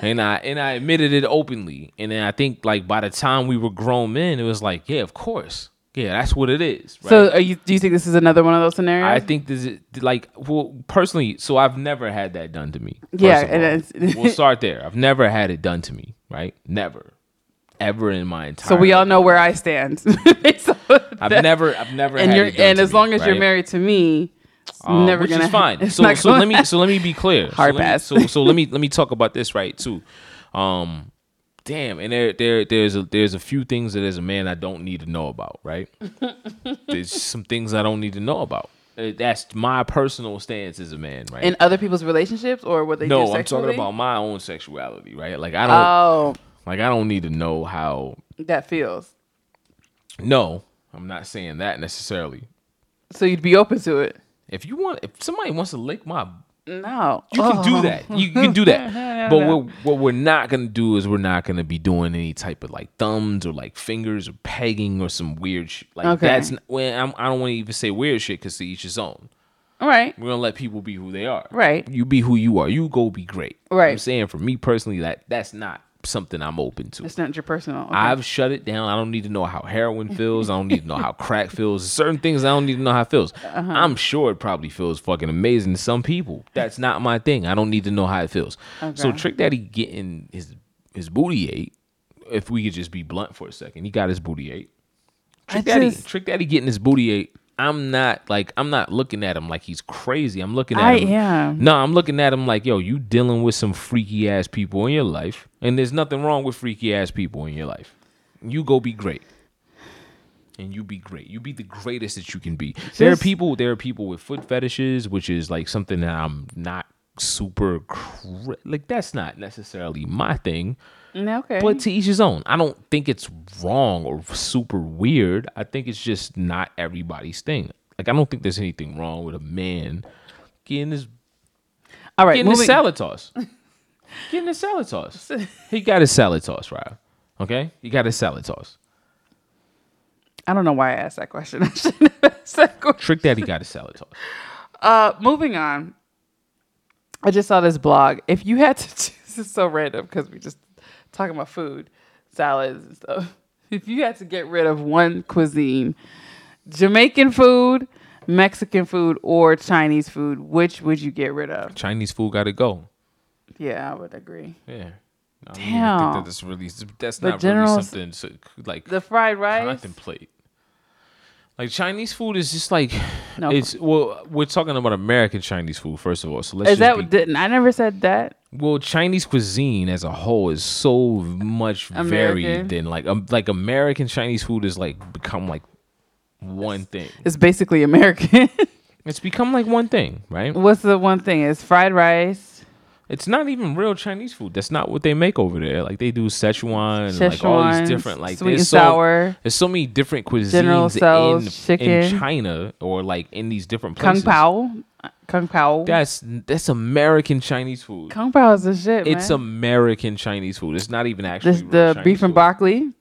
Speaker 2: and I and I admitted it openly, and then I think like by the time we were grown men, it was like, "Yeah, of course." Yeah, that's what it is. Right?
Speaker 1: So are you? Do you think this is another one of those
Speaker 2: I
Speaker 1: scenarios?
Speaker 2: think this is like well personally. So I've never had that done to me. first
Speaker 1: Yeah,
Speaker 2: of
Speaker 1: and
Speaker 2: all.
Speaker 1: it's-
Speaker 2: we'll start there. I've never had it done to me. Right? Never, ever in my entire.
Speaker 1: so we all know where I stand. So
Speaker 2: I've
Speaker 1: that-
Speaker 2: never, I've never,
Speaker 1: And
Speaker 2: had
Speaker 1: you're
Speaker 2: it done
Speaker 1: and
Speaker 2: to
Speaker 1: as
Speaker 2: me,
Speaker 1: long as you're
Speaker 2: right?
Speaker 1: married to me, it's
Speaker 2: Um,
Speaker 1: never
Speaker 2: which
Speaker 1: gonna
Speaker 2: is fine.
Speaker 1: it's
Speaker 2: So,
Speaker 1: not
Speaker 2: so
Speaker 1: gonna-
Speaker 2: let me, so let me be clear.
Speaker 1: Hard
Speaker 2: so let me-
Speaker 1: pass.
Speaker 2: so, so let me, let me talk about this right too. Um, damn, and there, there, there's a, there's a few things that as a man I don't need to know about. Right? there's some things I don't need to know about. Uh, That's my personal stance as a man, right?
Speaker 1: in other people's relationships or what they do
Speaker 2: No, I'm
Speaker 1: sexually?
Speaker 2: talking about my own sexuality, right? Like I don't
Speaker 1: Oh,
Speaker 2: like I don't need to know how
Speaker 1: that feels.
Speaker 2: No, I'm not saying that necessarily.
Speaker 1: So you'd be open to it.
Speaker 2: If you want if somebody wants to lick my
Speaker 1: No. Oh,
Speaker 2: you can do that. You, you can do that. But what, what we're not gonna do is we're not gonna be doing any type of like thumbs or like fingers or pegging or some weird shit. Like
Speaker 1: Okay.
Speaker 2: that's n- well, I'm, I don't want to even say weird shit because to each his own.
Speaker 1: All right.
Speaker 2: We're gonna let people be who they are.
Speaker 1: Right.
Speaker 2: You be who you are. You go be great.
Speaker 1: Right.
Speaker 2: I'm saying for me personally that that's not something I'm open to.
Speaker 1: It's not your personal. Okay.
Speaker 2: I've shut it down. I don't need to know how heroin feels. I don't need to know how crack feels. Certain things I don't need to know how it feels.
Speaker 1: Uh-huh.
Speaker 2: I'm sure it probably feels fucking amazing to some people. That's not my thing. I don't need to know how it feels. So
Speaker 1: Okay.
Speaker 2: Trick Daddy getting his his booty ate. If we could just be blunt for a second, he got his booty ate. Trick
Speaker 1: I
Speaker 2: Daddy,
Speaker 1: just-
Speaker 2: Trick Daddy getting his booty ate. I'm not like I'm not looking at him like he's crazy. I'm looking at
Speaker 1: I
Speaker 2: him.
Speaker 1: am.
Speaker 2: No, I'm looking at him like, yo, you dealing with some freaky ass people in your life, and there's nothing wrong with freaky ass people in your life. You go be great, and you be great. You be the greatest that you can be. there are
Speaker 1: Just-
Speaker 2: people. There are people with foot fetishes, which is like something that I'm not super cra- like. That's not necessarily my thing.
Speaker 1: No, okay.
Speaker 2: But to each his own. I don't think it's wrong or super weird. I think it's just not everybody's thing. Like I don't think there's anything wrong with a man getting his
Speaker 1: All right.
Speaker 2: getting his
Speaker 1: Moving,
Speaker 2: salad toss. getting his salad toss. He got his salad toss, right? Okay? He got his salad toss.
Speaker 1: I don't know why I asked that question. I shouldn't have asked that question.
Speaker 2: Trick Daddy got his salad toss.
Speaker 1: Uh, moving on. I just saw this blog. If you had to, choose, this is so random because we just talking about food, salads and stuff. If you had to get rid of one cuisine, Jamaican food, Mexican food, or Chinese food, which would you get rid of?
Speaker 2: Chinese food gotta go.
Speaker 1: Yeah, I would agree.
Speaker 2: Yeah. I don't even
Speaker 1: Damn.
Speaker 2: think that that's really that's
Speaker 1: The
Speaker 2: not
Speaker 1: general's-
Speaker 2: really something to, like
Speaker 1: The fried rice.
Speaker 2: contemplate. Like Chinese food is just like
Speaker 1: No.
Speaker 2: it's well we're talking about American Chinese food first of all. So let's
Speaker 1: Is
Speaker 2: just
Speaker 1: that
Speaker 2: be-
Speaker 1: didn't I never said that?
Speaker 2: well Chinese cuisine as a whole is so much
Speaker 1: American.
Speaker 2: varied than like um, like American Chinese food is like become like one thing.
Speaker 1: It's basically American.
Speaker 2: It's become like one thing, right?
Speaker 1: What's the one thing? It's fried rice.
Speaker 2: It's not even real Chinese food. That's not what they make over there. Like they do Szechuan, and like all
Speaker 1: Szechuan,
Speaker 2: these different like
Speaker 1: sweet and
Speaker 2: there's
Speaker 1: sour.
Speaker 2: There's so many different cuisines
Speaker 1: General Tso's
Speaker 2: in,
Speaker 1: chicken.
Speaker 2: in China or like in these different
Speaker 1: Kung
Speaker 2: places.
Speaker 1: Pao. Kung Pao.
Speaker 2: That's that's American Chinese food.
Speaker 1: Kung Pao is the shit.
Speaker 2: It's
Speaker 1: man.
Speaker 2: American Chinese food. It's not even actually
Speaker 1: This,
Speaker 2: real
Speaker 1: the
Speaker 2: Chinese
Speaker 1: beef and
Speaker 2: food.
Speaker 1: broccoli.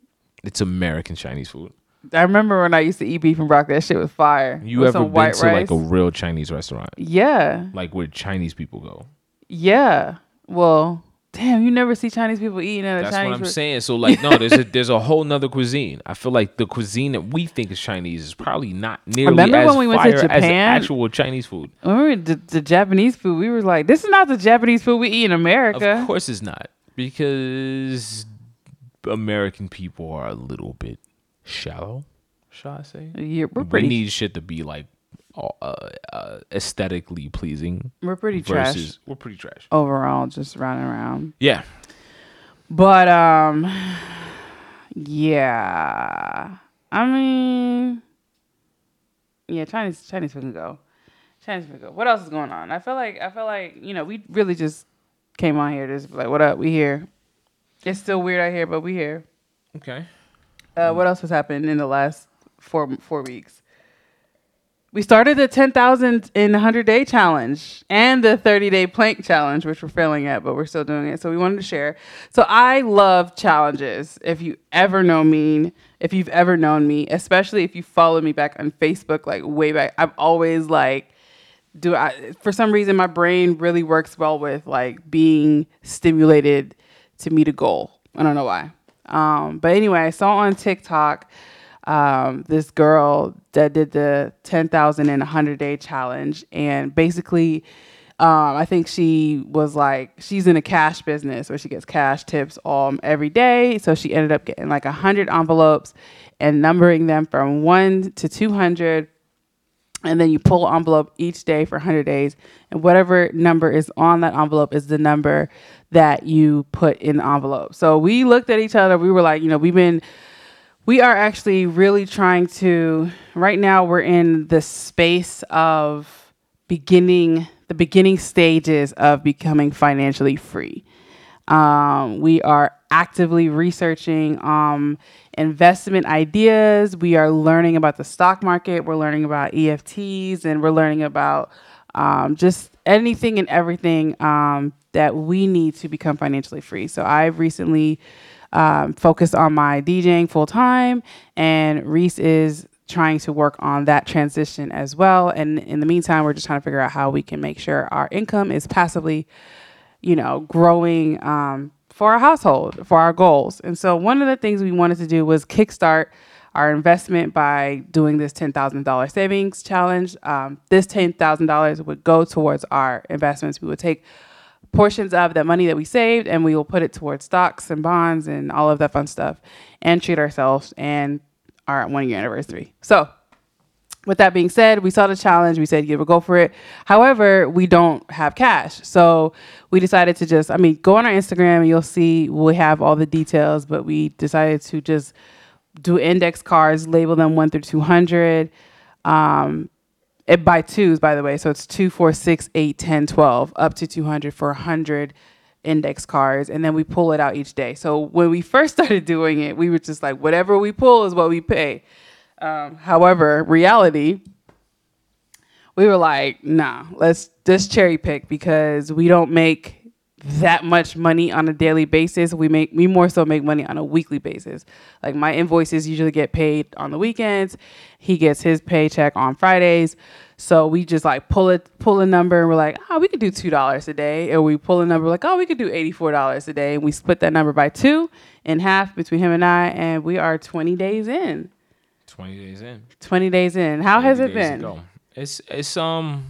Speaker 2: It's American Chinese food.
Speaker 1: I remember when I used to eat beef and broccoli. That shit was fire.
Speaker 2: You
Speaker 1: With
Speaker 2: ever
Speaker 1: some
Speaker 2: been to like a real Chinese restaurant,
Speaker 1: yeah,
Speaker 2: like where Chinese people go?
Speaker 1: yeah. Well, damn, you never see Chinese people eating at a
Speaker 2: That's
Speaker 1: Chinese.
Speaker 2: what I'm
Speaker 1: re-
Speaker 2: saying. So like, no, there's a there's a whole nother cuisine. I feel like the cuisine that we think is Chinese is probably not nearly
Speaker 1: Remember
Speaker 2: as
Speaker 1: when we went to
Speaker 2: fire as the
Speaker 1: Japan?
Speaker 2: actual Chinese food.
Speaker 1: When we were the, the Japanese food, we were like, "This is not the Japanese food we eat in America."
Speaker 2: Of course, it's not because American people are a little bit shallow. Shall I say?
Speaker 1: Yeah, we're
Speaker 2: We
Speaker 1: pretty,
Speaker 2: need shit to be like uh, uh, aesthetically pleasing.
Speaker 1: we're pretty trash
Speaker 2: versus we're pretty trash.
Speaker 1: overall, just round and round.
Speaker 2: Yeah,
Speaker 1: But um, yeah. I mean, yeah. Chinese Chinese food can go. Chinese food can go. What else is going on? I feel like I feel like you know we really just came on here just like what up we here. It's still weird out here, but we here.
Speaker 2: okay.
Speaker 1: Uh, what else has happened in the last four four weeks? We started the ten thousand in hundred day challenge and the thirty day plank challenge, which we're failing at, but we're still doing it. So we wanted to share. So I love challenges. If you ever know me, if you've ever known me, especially if you follow me back on Facebook, like way back, I've always like do I for some reason my brain really works well with like being stimulated to meet a goal. I don't know why. Um, but anyway, I saw on TikTok um, this girl that did the 10,000 in a 100 day challenge. And basically, um, I think she was like, she's in a cash business where she gets cash tips um, every day. So she ended up getting like 100 envelopes and numbering them from one to 200 and then you pull an envelope each day for 100 days and whatever number is on that envelope is the number that you put in the envelope so we looked at each other we were like you know we've been we are actually really trying to right now we're in the space of beginning the beginning stages of becoming financially free um, we are actively researching um, investment ideas. We are learning about the stock market. We're learning about EFTs and we're learning about um, just anything and everything um, that we need to become financially free. So I've recently um, focused on my DJing full time, and Reese is trying to work on that transition as well. And in the meantime, we're just trying to figure out how we can make sure our income is passively you know, growing um, for our household, for our goals. And so one of the things we wanted to do was kickstart our investment by doing this $10,000 savings challenge. Um, this $10,000 would go towards our investments. We would take portions of that money that we saved and we will put it towards stocks and bonds and all of that fun stuff and treat ourselves and our one year anniversary. So with that being said, we saw the challenge. We said, yeah, we'll go for it. However, we don't have cash. So we decided to just, I mean, go on our Instagram and you'll see we have all the details, but we decided to just do index cards, label them one through 200. Um, it by twos, by the way. So it's two, four, six, eight, 10, 12, up to 200 for 100 index cards. And then we pull it out each day. So when we first started doing it, we were just like, whatever we pull is what we pay. Um, however, reality, we were like, nah, let's just cherry pick because we don't make that much money on a daily basis. We make we more so make money on a weekly basis. Like my invoices usually get paid on the weekends. He gets his paycheck on Fridays. So we just like pull it pull a number and we're like, oh, we could do two dollars a day. And we pull a number like, oh, we could do eighty-four dollars a day. And we split that number by two in half between him and I, and we are twenty days in.
Speaker 2: Twenty days in.
Speaker 1: 20 days in. How has
Speaker 2: 80
Speaker 1: it
Speaker 2: days
Speaker 1: been?
Speaker 2: ago. It's it's um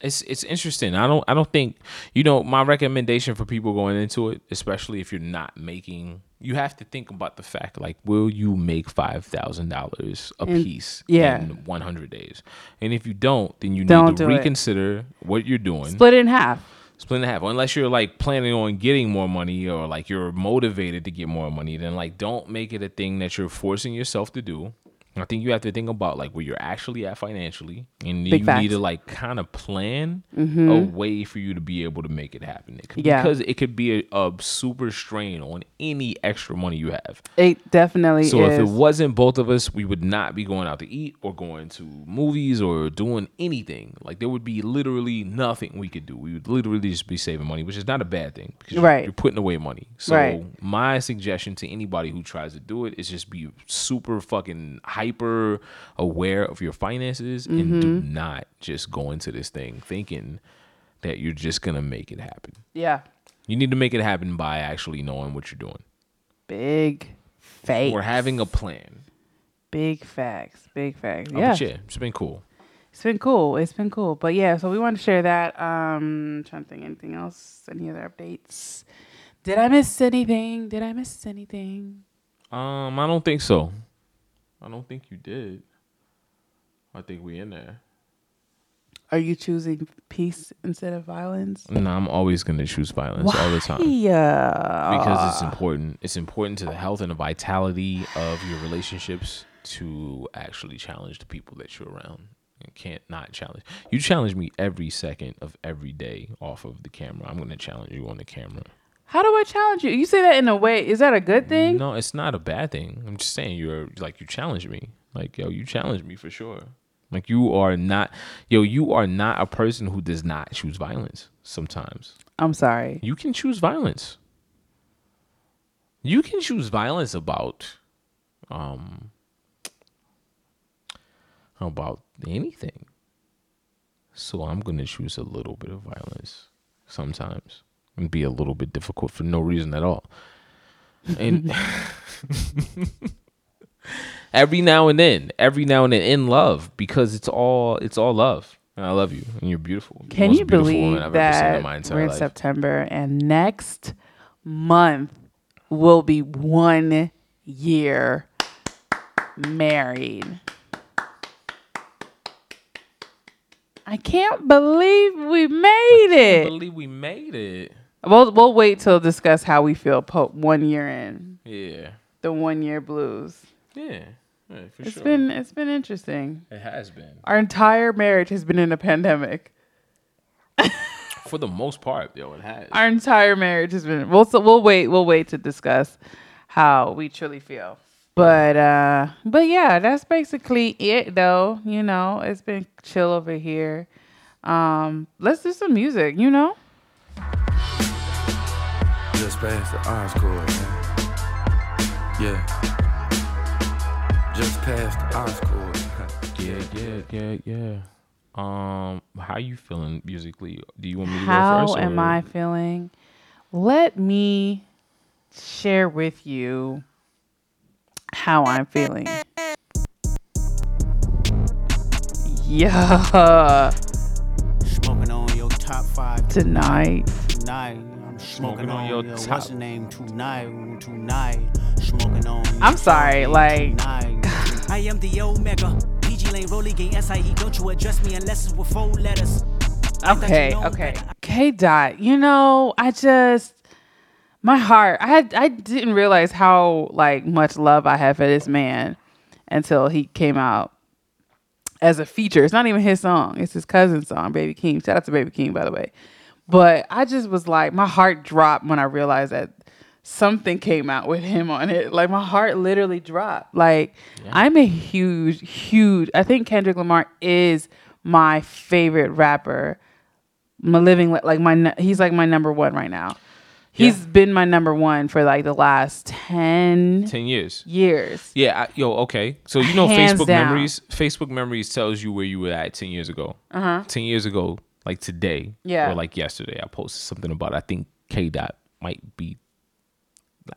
Speaker 2: it's it's interesting. I don't I don't think you know my recommendation for people going into it, especially if you're not making. You have to think about the fact like, will you make five thousand dollars a piece
Speaker 1: yeah.
Speaker 2: in one hundred days? And if you don't, then you
Speaker 1: Don't
Speaker 2: need to
Speaker 1: do it.
Speaker 2: reconsider what you're doing. Split.
Speaker 1: Split it in half.
Speaker 2: in half. Unless you're like planning on getting more money or like you're motivated to get more money, then like don't make it a thing that you're forcing yourself to do. I think you have to think about like where you're actually at financially, and
Speaker 1: Big
Speaker 2: you
Speaker 1: facts. Mm-hmm.
Speaker 2: need to like kind of plan a way for you to be able to make it happen. It could-
Speaker 1: Yeah.
Speaker 2: Because it could be a, a super strain on any extra money you have.
Speaker 1: It definitely
Speaker 2: So
Speaker 1: is.
Speaker 2: if it wasn't both of us, we would not be going out to eat or going to movies or doing anything. Like there would be literally nothing we could do. We would literally just be saving money, which is not a bad thing because you're-
Speaker 1: Right.
Speaker 2: you're putting away money. So
Speaker 1: Right.
Speaker 2: my suggestion to anybody who tries to do it is just be super fucking hyper aware of your finances and do
Speaker 1: Mm-hmm.
Speaker 2: not just go into this thing thinking that you're just gonna make it happen.
Speaker 1: yeah.
Speaker 2: You need to make it happen by actually knowing what you're doing
Speaker 1: Big facts.
Speaker 2: or having a plan.
Speaker 1: big facts. Big facts.
Speaker 2: Oh,
Speaker 1: Yeah.
Speaker 2: but yeah, it's been cool.
Speaker 1: It's been cool. It's been cool. But yeah, so we want to share that. Um trying to think anything else. Any other updates? Did I miss anything? Did I miss anything?
Speaker 2: Um, I don't think so. I don't think you did. I think we in there.
Speaker 1: Are you choosing peace instead of violence?
Speaker 2: No, I'm always gonna choose violence all the time
Speaker 1: Yeah.
Speaker 2: Uh, because
Speaker 1: Ah.
Speaker 2: it's important. It's important to the health and the vitality of your relationships to actually challenge the people that you're around. You can't not challenge. You challenge me every second of every day off of the camera. I'm gonna challenge you on the camera.
Speaker 1: How do I challenge you? You say that in a way. Is that a good thing?
Speaker 2: No, it's not a bad thing. I'm just saying you're like you challenge me. Like yo, you challenge me for sure. Like you are not yo, you are not a person who does not choose violence sometimes.
Speaker 1: I'm sorry.
Speaker 2: You can choose violence. You can choose violence about um about anything. So I'm going to choose a little bit of violence sometimes and be a little bit difficult for no reason at all. And every now and then, every now and then in love because it's all it's all love. And I love you and you're beautiful. You're the
Speaker 1: Can
Speaker 2: most
Speaker 1: you
Speaker 2: beautiful woman
Speaker 1: believe
Speaker 2: I've ever seen in
Speaker 1: that
Speaker 2: my entire
Speaker 1: we're in
Speaker 2: life.
Speaker 1: September and next month will be one year married? I can't believe we made
Speaker 2: I
Speaker 1: it.
Speaker 2: believe we made it.
Speaker 1: We'll we'll wait till discuss how we feel. Po- one year in
Speaker 2: Yeah.
Speaker 1: the one year blues.
Speaker 2: Yeah. yeah for
Speaker 1: It's
Speaker 2: sure.
Speaker 1: been it's been interesting.
Speaker 2: it has been.
Speaker 1: Our entire marriage has been in a pandemic.
Speaker 2: For the most part, yo, it has.
Speaker 1: Our entire marriage has been. We'll so we'll wait. We'll wait to discuss how we truly feel. But uh, but yeah, that's basically it, though. You know, it's been chill over here. Um, let's do some music. You know,
Speaker 5: Just past the odds score, man. Yeah. Just past the odds score.
Speaker 2: yeah, yeah, yeah, yeah. Um, how you feeling musically? Do you want me to go
Speaker 1: how
Speaker 2: first?
Speaker 1: am
Speaker 2: or-
Speaker 1: I feeling? Let me share with you how I'm feeling. Yeah,
Speaker 6: Smoking on your top five
Speaker 1: tonight.
Speaker 6: tonight. I'm smoking on your
Speaker 2: top.
Speaker 6: what's the name tonight tonight. Smoking on. your
Speaker 1: I'm sorry,
Speaker 6: top
Speaker 1: like-
Speaker 6: tonight. I am the Omega. PG Lane, Rolly Gang, SIE. Don't you address me unless it's with four letters. I thought you
Speaker 1: Okay,
Speaker 6: know
Speaker 1: okay.
Speaker 6: better.
Speaker 1: K dot, you know, I just my heart. I had I didn't realize how like much love I had for this man until he came out as a feature. It's not even his song. It's his cousin's song, Baby King. Shout out to Baby King, by the way. But I just was like, my heart dropped when I realized that something came out with him on it. Like my heart literally dropped. Like I'm a huge, huge. I think Kendrick Lamar is my favorite rapper. My living le- like my nu- he's like my number one right now. He's been my number one for like the last ten
Speaker 2: Ten years.
Speaker 1: years.
Speaker 2: Yeah, I, yo, okay. So you know,
Speaker 1: Hands
Speaker 2: Facebook
Speaker 1: down.
Speaker 2: memories. Facebook memories tells you where you were at ten years ago. Uh huh. Ten years ago, like today,
Speaker 1: Yeah.
Speaker 2: or like yesterday, I posted something about. I think K Dot might be.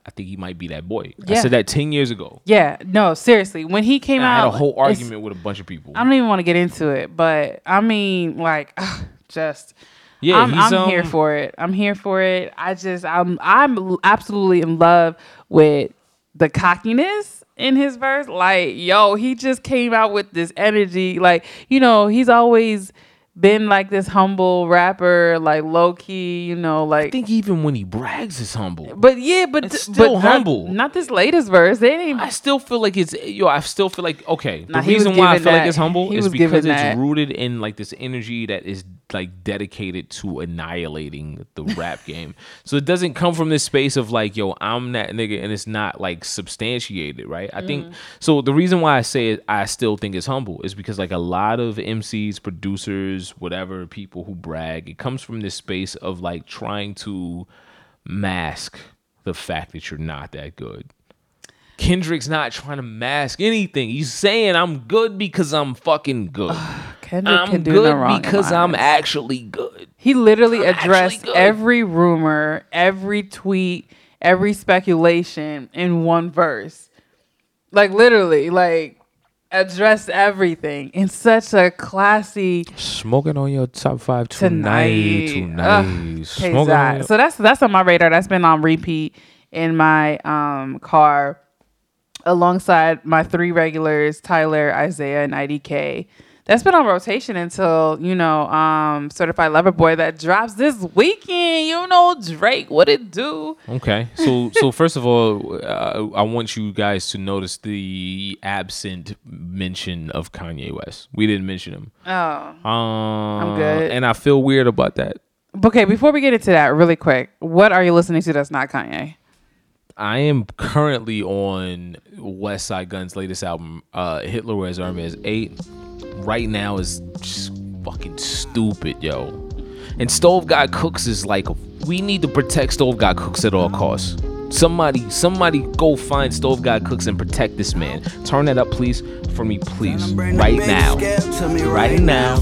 Speaker 2: I think he might be that boy. I
Speaker 1: Yeah.
Speaker 2: said that ten years ago.
Speaker 1: Yeah, no, seriously. When he came
Speaker 2: And
Speaker 1: out,
Speaker 2: I had a whole
Speaker 1: it's-
Speaker 2: argument with a bunch of people.
Speaker 1: I don't even want to get into it, but I mean, like, just
Speaker 2: Yeah,
Speaker 1: I'm,
Speaker 2: he's,
Speaker 1: I'm
Speaker 2: um,
Speaker 1: here for it. I'm here for it. I just I'm I'm absolutely in love with the cockiness in his verse. Like, yo, he just came out with this energy. Like, you know, he's always been like this humble rapper, like low key, you know, like
Speaker 2: I think even when he brags, is humble.
Speaker 1: but yeah, but
Speaker 2: It's
Speaker 1: th- but
Speaker 2: still
Speaker 1: not-
Speaker 2: humble.
Speaker 1: Not, this latest verse. They didn't.
Speaker 2: I still feel like it's yo. I still feel like okay.
Speaker 1: Nah,
Speaker 2: the
Speaker 1: he was
Speaker 2: reason why I
Speaker 1: giving
Speaker 2: feel like
Speaker 1: that-
Speaker 2: it's humble
Speaker 1: he
Speaker 2: is
Speaker 1: was
Speaker 2: because it's
Speaker 1: giving that.
Speaker 2: rooted in like this energy that is like dedicated to annihilating the rap game. So it doesn't come from this space of like yo, I'm that nigga, and it's not like substantiated, right? I
Speaker 1: Mm.
Speaker 2: think so. The reason why I say it, I still think it's humble is because like a lot of MCs, producers, whatever people who brag, it comes from this space of like trying to mask the fact that you're not that good. Kendrick's not trying to mask anything. He's saying I'm good because I'm fucking good.
Speaker 1: Kendrick
Speaker 2: I'm
Speaker 1: can do no
Speaker 2: good
Speaker 1: wrong. in
Speaker 2: because
Speaker 1: my
Speaker 2: I'm
Speaker 1: eyes.
Speaker 2: actually good.
Speaker 1: He literally
Speaker 2: I'm actually
Speaker 1: addressed
Speaker 2: good.
Speaker 1: every rumor, every tweet, every speculation in one verse. Like literally, like addressed everything in such a classy
Speaker 2: Smoking on your top five
Speaker 1: tonight. Ugh, Kazai. So that's that's on my radar. That's been on repeat in my um car alongside my three regulars, Tyler, Isaiah, and IDK. That's been on rotation until, you know, um Certified Lover Boy that drops this weekend. You know, Drake, what it do?
Speaker 2: okay. So so first of all, uh, I want you guys to notice the absent mention of Kanye West. We didn't mention him.
Speaker 1: Oh.
Speaker 2: Uh, I'm
Speaker 1: good.
Speaker 2: and I feel weird about that.
Speaker 1: Okay, before we get into that, really quick, what are you listening to that's not Kanye?
Speaker 2: I am currently on West Side Gun's latest album, uh, Hitler Wears Army is eight. Right now is just fucking stupid, yo. And Stove Guy Cooks is like, we need to protect Stove Guy Cooks at all costs. Somebody, somebody go find Stove Guy Cooks and protect this man. Turn that up, please, for me, please. Right now. Right now.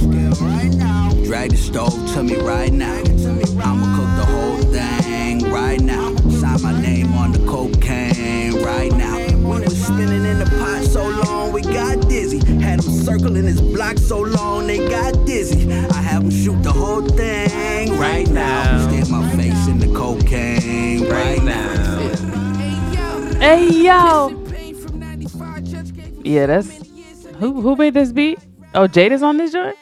Speaker 7: Drag the stove to me right now. I'ma cook the whole thing right now. Sign my name on the cocaine right now. We was spinning in the pot so long we got dizzy. Had them circling this block so long they got dizzy. I have them shoot the whole thing right now. Stick my face in the cocaine right now.
Speaker 1: Hey yo. Yeah, that's who who made this beat? Oh, Jade is on this joint?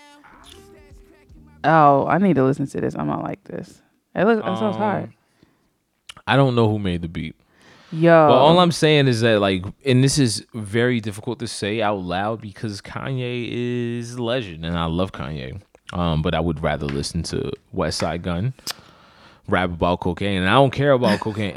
Speaker 1: Oh, I need to listen to this. I'm not like this. It looks it sounds hard.
Speaker 2: I don't know who made the beat.
Speaker 1: Yo.
Speaker 2: But
Speaker 1: Um,
Speaker 2: all I'm saying is that like, and this is very difficult to say out loud because Kanye is legend, and I love Kanye. Um, but I would rather listen to West Side Gun rap about cocaine, and I don't care about cocaine.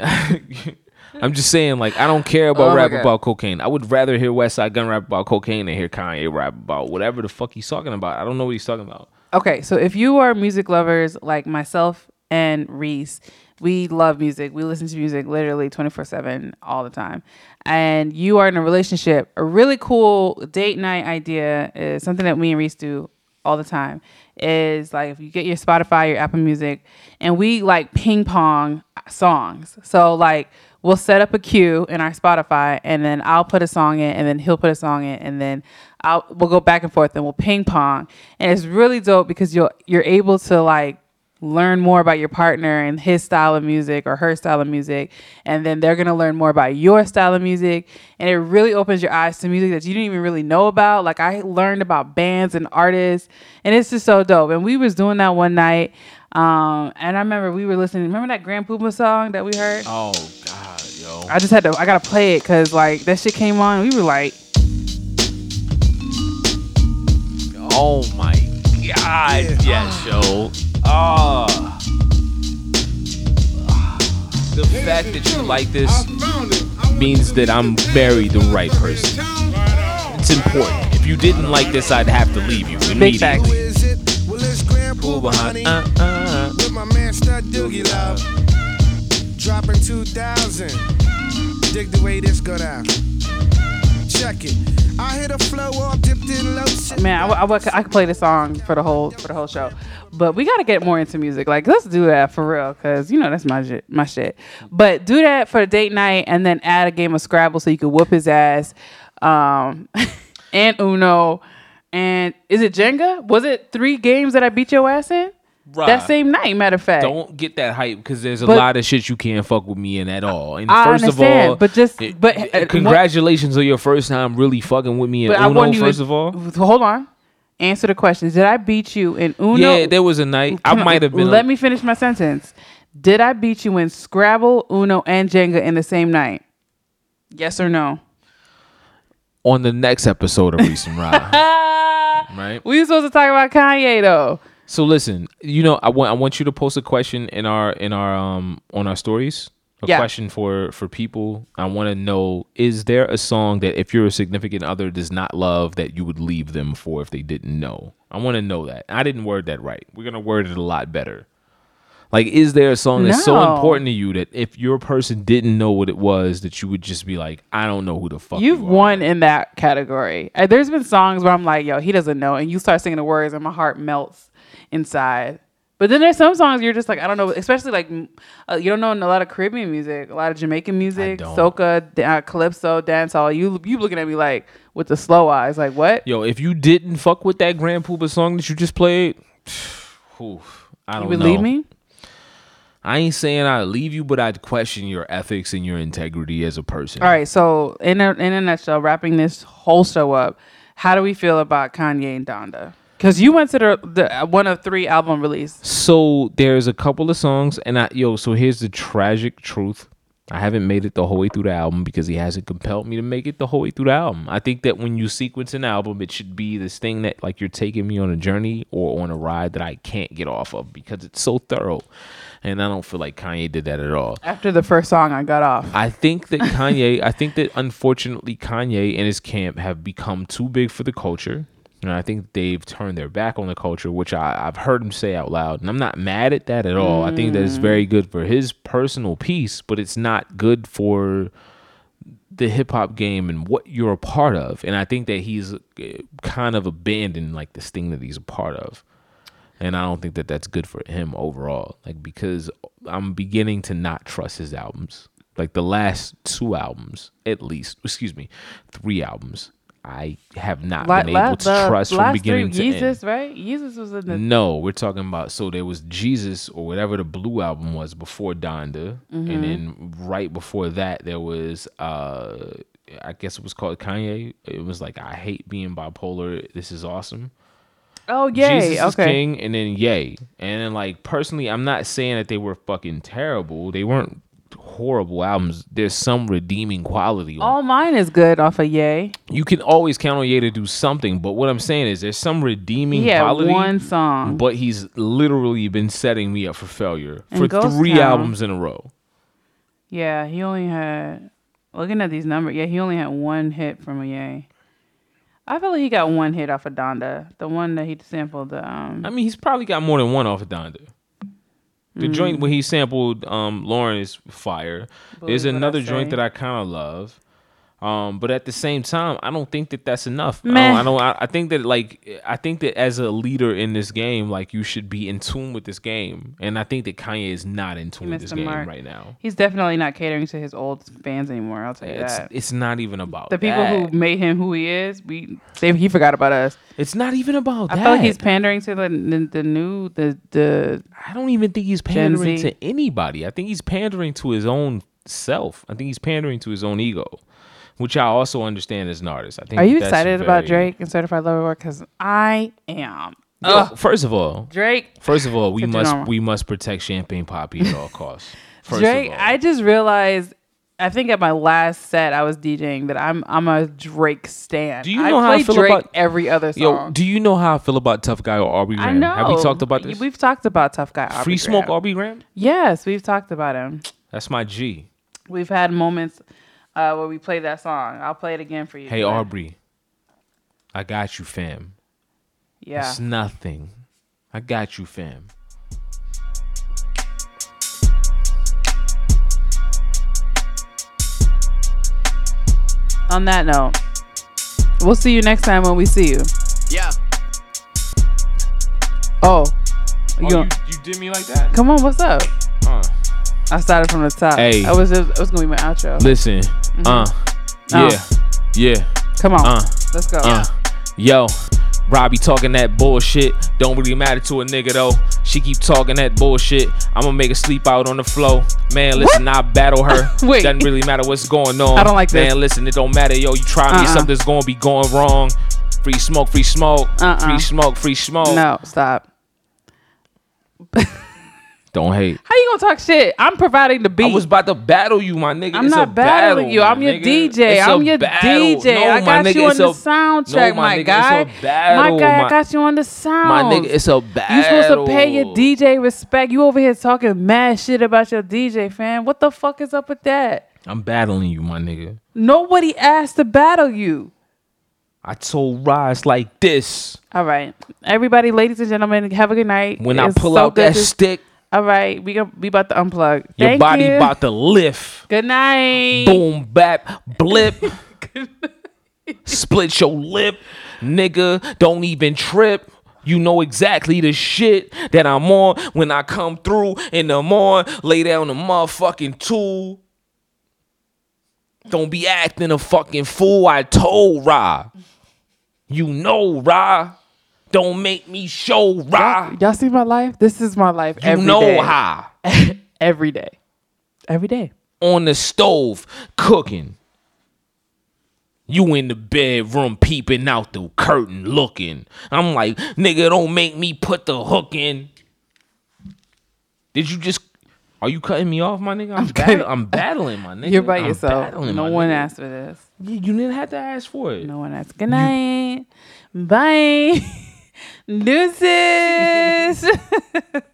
Speaker 2: I'm just saying, like, I don't care about
Speaker 1: Oh my
Speaker 2: rap
Speaker 1: God.
Speaker 2: about cocaine. I would rather hear West Side Gun rap about cocaine than hear Kanye rap about whatever the fuck he's talking about. I don't know what he's talking about.
Speaker 1: okay, so if you are music lovers like myself and Reese, we love music. We listen to music literally 24/7 all the time. And you are in a relationship, a really cool date night idea is something that me and Reese do all the time is like if you get your Spotify, your Apple Music, and we like ping pong songs. So like we'll set up a queue in our Spotify, and then I'll put a song in, and then he'll put a song in, and then I'll we'll go back and forth, and we'll ping pong, and it's really dope because you'll you're able to like learn more about your partner and his style of music or her style of music and then they're going to learn more about your style of music and it really opens your eyes to music that you didn't even really know about like i learned about bands and artists and it's just so dope and we was doing that one night um, and i remember we were listening remember that grand Puma song that we heard
Speaker 2: Oh God, yo.
Speaker 1: i just had to i gotta play it because like that shit came on we were like
Speaker 2: Oh my god, yes, yo. Ah. The fact that you like this means that I'm very the right person. It's important. If you didn't like this, I'd have to leave you
Speaker 1: big facts
Speaker 2: immediately.
Speaker 8: is it? Well, it's Grand
Speaker 2: Ooh,
Speaker 8: Pooba,
Speaker 2: behind-
Speaker 8: honey.
Speaker 2: uh, uh.
Speaker 8: With my man Stud Doogie Love. Dropping 2000. Dig the way this go down. Check it. I hit a flow off dipped in lotion.
Speaker 1: man I, w- I w- I could play this song for the whole for the whole show but we gotta get more into music like let's do that for real because you know that's my shit my shit but do that for the date night and then add a game of scrabble so you can whoop his ass um and uno and is it jenga was it three games that i beat your ass in
Speaker 2: Right.
Speaker 1: that same night. Matter of fact,
Speaker 2: don't get that hype because there's a
Speaker 1: But-
Speaker 2: lot of shit you can't fuck with me in at all. And
Speaker 1: I
Speaker 2: first of
Speaker 1: understand,
Speaker 2: all,
Speaker 1: but just-
Speaker 2: it-
Speaker 1: but,
Speaker 2: it-
Speaker 1: uh,
Speaker 2: congratulations on your first time really fucking with me in
Speaker 1: but I
Speaker 2: Uno.
Speaker 1: want you.
Speaker 2: First
Speaker 1: to,
Speaker 2: of all,
Speaker 1: hold on. Answer the questions. Did I beat you in Uno?
Speaker 2: yeah, there was a night I
Speaker 1: Can I-
Speaker 2: might have been.
Speaker 1: Let me finish my sentence. Did I beat you in Scrabble, Uno, and Jenga in the same night? Yes or no?
Speaker 2: on the next episode of Recent Ride, right?
Speaker 1: We were supposed to talk about Kanye though.
Speaker 2: So listen, you know, I want I want you to post a question in our in our um on our stories. A
Speaker 1: Yeah.
Speaker 2: question for for people. I want to know: Is there a song that if your significant other does not love, that you would leave them for if they didn't know? I want to know that. I didn't word that right. We're gonna word it a lot better. Like, is there a song that's so
Speaker 1: No.
Speaker 2: important to you that if your person didn't know what it was, that you would just be like, I don't know who the fuck
Speaker 1: You've
Speaker 2: you are."
Speaker 1: won in that category. Uh, There's been songs where I'm like, yo, he doesn't know. And you start singing the words and my heart melts inside. But then there's some songs you're just like, I don't know, especially like mm, uh, you don't know in a lot of Caribbean music, a lot of Jamaican music,
Speaker 2: don't.
Speaker 1: soca, da- uh, calypso, dancehall. You you looking at me like with the slow eyes, like what?
Speaker 2: Yo, if you didn't fuck with that Grand Pooba song that you just played, oof, I don't
Speaker 1: you would
Speaker 2: know.
Speaker 1: leave me?
Speaker 2: I ain't saying I'd leave you, but I'd question your ethics and your integrity as a person.
Speaker 1: All right. So in a, in a nutshell, wrapping this whole show up, how do we feel about Kanye and Donda? Because you went to the, the uh, one of three album release.
Speaker 2: So there's a couple of songs, and I yo. So here's the tragic truth. I haven't made it the whole way through the album because he hasn't compelled me to make it the whole way through the album. I think that when you sequence an album, it should be this thing that like you're taking me on a journey or on a ride that I can't get off of because it's so thorough. And I don't feel like Kanye did that at all.
Speaker 1: After the first song, I got off.
Speaker 2: I think that Kanye, I think that unfortunately Kanye and his camp have become too big for the culture. And I think they've turned their back on the culture, which I, I've heard him say out loud. And I'm not mad at that at all. I think that it's very good for his personal peace, but it's not good for the hip hop game and what you're a part of. And I think that he's uh, kind of abandoned like this thing that he's a part of. And I don't think that that's good for him overall. Like because I'm beginning to not trust his albums. Like the last two albums, at least, excuse me, three albums, I have not
Speaker 1: La-
Speaker 2: been
Speaker 1: la-
Speaker 2: able to
Speaker 1: the
Speaker 2: trust from
Speaker 1: last
Speaker 2: beginning to
Speaker 1: three,
Speaker 2: end.
Speaker 1: Jesus, right? Jesus was in the.
Speaker 2: No, we're talking about so there was Jesus or whatever the blue album was before Donda,
Speaker 1: Mm-hmm.
Speaker 2: and then right before that there was uh I guess it was called Kanye. It was like I hate being bipolar. This is awesome.
Speaker 1: Oh yay!
Speaker 2: Jesus is
Speaker 1: okay.
Speaker 2: King, and then Yay, and then like personally, I'm not saying that they were fucking terrible. They weren't horrible albums. There's some redeeming quality. on
Speaker 1: All mine is good off of Yay.
Speaker 2: you can always count on Ye to do something, but what I'm saying is there's some redeeming
Speaker 1: He had
Speaker 2: quality.
Speaker 1: one song.
Speaker 2: But he's literally been setting me up for failure
Speaker 1: And
Speaker 2: for
Speaker 1: Ghost
Speaker 2: three
Speaker 1: Town.
Speaker 2: albums in a row.
Speaker 1: Yeah, he only had. Looking at these numbers, yeah, he only had one hit from a Yay. I feel like he got one hit off of Donda, the one that he sampled. The, um,
Speaker 2: I mean, he's probably got more than one off of Donda. The
Speaker 1: Mm.
Speaker 2: joint where he sampled um, Lauren is fire.
Speaker 1: Believe
Speaker 2: There's
Speaker 1: what I
Speaker 2: another
Speaker 1: say.
Speaker 2: joint that I kind of love. Um, but at the same time, I don't think that that's enough. I don't-
Speaker 1: Meh.
Speaker 2: I don't. I, I think that like I think that as a leader in this game, like you should be in tune with this game, and I think that Kanye is not in tune
Speaker 1: missed
Speaker 2: with this
Speaker 1: the
Speaker 2: game
Speaker 1: mark.
Speaker 2: right now.
Speaker 1: He's definitely not catering to his old fans anymore. I'll tell you
Speaker 2: It's
Speaker 1: that.
Speaker 2: it's not even about
Speaker 1: the people who
Speaker 2: that.
Speaker 1: made him who he is, we they, he forgot about us.
Speaker 2: It's not even about
Speaker 1: I
Speaker 2: that.
Speaker 1: feel like he's pandering to the the, the new the the
Speaker 2: I don't even think he's pandering
Speaker 1: Z.
Speaker 2: to anybody. I think he's pandering to his own self. I think he's pandering to his own ego, which I also understand as an artist. I think.
Speaker 1: Are you
Speaker 2: that's
Speaker 1: excited about
Speaker 2: very-
Speaker 1: Drake and Certified Lover Boy? Because I am.
Speaker 2: Yo, first of all,
Speaker 1: Drake.
Speaker 2: first of all, we
Speaker 1: It's
Speaker 2: must
Speaker 1: normal.
Speaker 2: we must protect Champagne Poppy at all costs. First
Speaker 1: Drake.
Speaker 2: of all,
Speaker 1: I just realized. I think at my last set I was DJing that I'm I'm a Drake stan.
Speaker 2: Do you know how I
Speaker 1: play
Speaker 2: feel
Speaker 1: Drake
Speaker 2: about-
Speaker 1: every other song?
Speaker 2: yo, do you know how I feel about Tough Guy or Aubrey
Speaker 1: I
Speaker 2: Graham?
Speaker 1: know.
Speaker 2: Have we talked about this?
Speaker 1: We've talked about Tough Guy. Aubrey
Speaker 2: Free smoke
Speaker 1: Graham.
Speaker 2: Aubrey Graham.
Speaker 1: Yes, we've talked about him.
Speaker 2: That's my G.
Speaker 1: We've had moments uh, where we play that song. I'll play it again for you.
Speaker 2: Hey
Speaker 1: but-
Speaker 2: Aubrey, I got you, fam.
Speaker 1: Yeah.
Speaker 2: It's nothing. I got you, fam.
Speaker 1: On that note, we'll see you next time when we see you.
Speaker 7: Yeah.
Speaker 1: Oh, you
Speaker 2: Oh,
Speaker 1: gonna-
Speaker 2: you, you did me like that?
Speaker 1: come on. What's up?
Speaker 2: Uh.
Speaker 1: I started from the top.
Speaker 2: Hey.
Speaker 1: I was it was gonna be my outro.
Speaker 2: Listen,
Speaker 1: Mm-hmm.
Speaker 2: uh,
Speaker 1: Uh.
Speaker 2: yeah, yeah,
Speaker 1: Come on,
Speaker 2: uh,
Speaker 1: let's go.
Speaker 2: uh, yo, Robbie talking that bullshit. Don't really matter to a nigga though. She keep talking that bullshit. I'ma make her sleep out on the floor. Man, listen, I battle her.
Speaker 1: Wait.
Speaker 2: Doesn't really matter what's going on.
Speaker 1: I don't like
Speaker 2: Man,
Speaker 1: this.
Speaker 2: listen, it don't matter, yo. You try me,
Speaker 1: Uh-uh.
Speaker 2: something's gonna be going wrong. Free smoke, free smoke,
Speaker 1: Uh-uh.
Speaker 2: free smoke, free smoke.
Speaker 1: No, stop.
Speaker 2: Don't hate.
Speaker 1: How you gonna talk shit? I'm providing the beat.
Speaker 2: I was about to battle you, my nigga.
Speaker 1: I'm
Speaker 2: It's a
Speaker 1: not battling
Speaker 2: battle,
Speaker 1: you.
Speaker 2: my
Speaker 1: I'm your
Speaker 2: nigga.
Speaker 1: DJ.
Speaker 2: It's a
Speaker 1: I'm your
Speaker 2: battle.
Speaker 1: DJ.
Speaker 2: No,
Speaker 1: I
Speaker 2: my
Speaker 1: got
Speaker 2: nigga,
Speaker 1: you on
Speaker 2: it's
Speaker 1: the
Speaker 2: a-
Speaker 1: sound
Speaker 2: no,
Speaker 1: check,
Speaker 2: my
Speaker 1: my,
Speaker 2: nigga, it's
Speaker 1: guy.
Speaker 2: a battle,
Speaker 1: my guy, I
Speaker 2: my-
Speaker 1: got you on the sound.
Speaker 2: My nigga, it's a
Speaker 1: You supposed to pay your
Speaker 2: battle.
Speaker 1: DJ respect. You over here talking mad shit about your DJ, fam. What the fuck is up with that?
Speaker 2: I'm battling you, my nigga.
Speaker 1: Nobody asked to battle you.
Speaker 2: I told Roz like this
Speaker 1: All right, everybody, ladies and gentlemen, have a good night.
Speaker 2: when
Speaker 1: It's
Speaker 2: I pull
Speaker 1: so
Speaker 2: out
Speaker 1: good
Speaker 2: that
Speaker 1: to-
Speaker 2: stick,
Speaker 1: All right, we gonna we about to unplug.
Speaker 2: your
Speaker 1: Thank
Speaker 2: body
Speaker 1: you.
Speaker 2: about to lift.
Speaker 1: Good night.
Speaker 2: Boom, bap, blip. Split your lip, nigga. Don't even trip. You know exactly the shit that I'm on when I come through in the morning. Lay down the motherfucking tool. Don't be acting a fucking fool. I told Ra. You know Ra. Don't make me show Ra.
Speaker 1: Y'all see my life? This is my life.
Speaker 2: You
Speaker 1: every
Speaker 2: know
Speaker 1: day.
Speaker 2: how.
Speaker 1: Every day. Every day.
Speaker 2: on the stove cooking. You in the bedroom peeping out the curtain looking. I'm like, nigga, don't make me put the hook in. Did you just? Are you cutting me off, my nigga? I'm, battle, I'm battling, my nigga.
Speaker 1: You're by
Speaker 2: I'm
Speaker 1: yourself.
Speaker 2: battling,
Speaker 1: No
Speaker 2: my
Speaker 1: one
Speaker 2: nigga.
Speaker 1: asked for this.
Speaker 2: You, you didn't have to ask for it.
Speaker 1: No one asked. Good night. Bye. Deuces.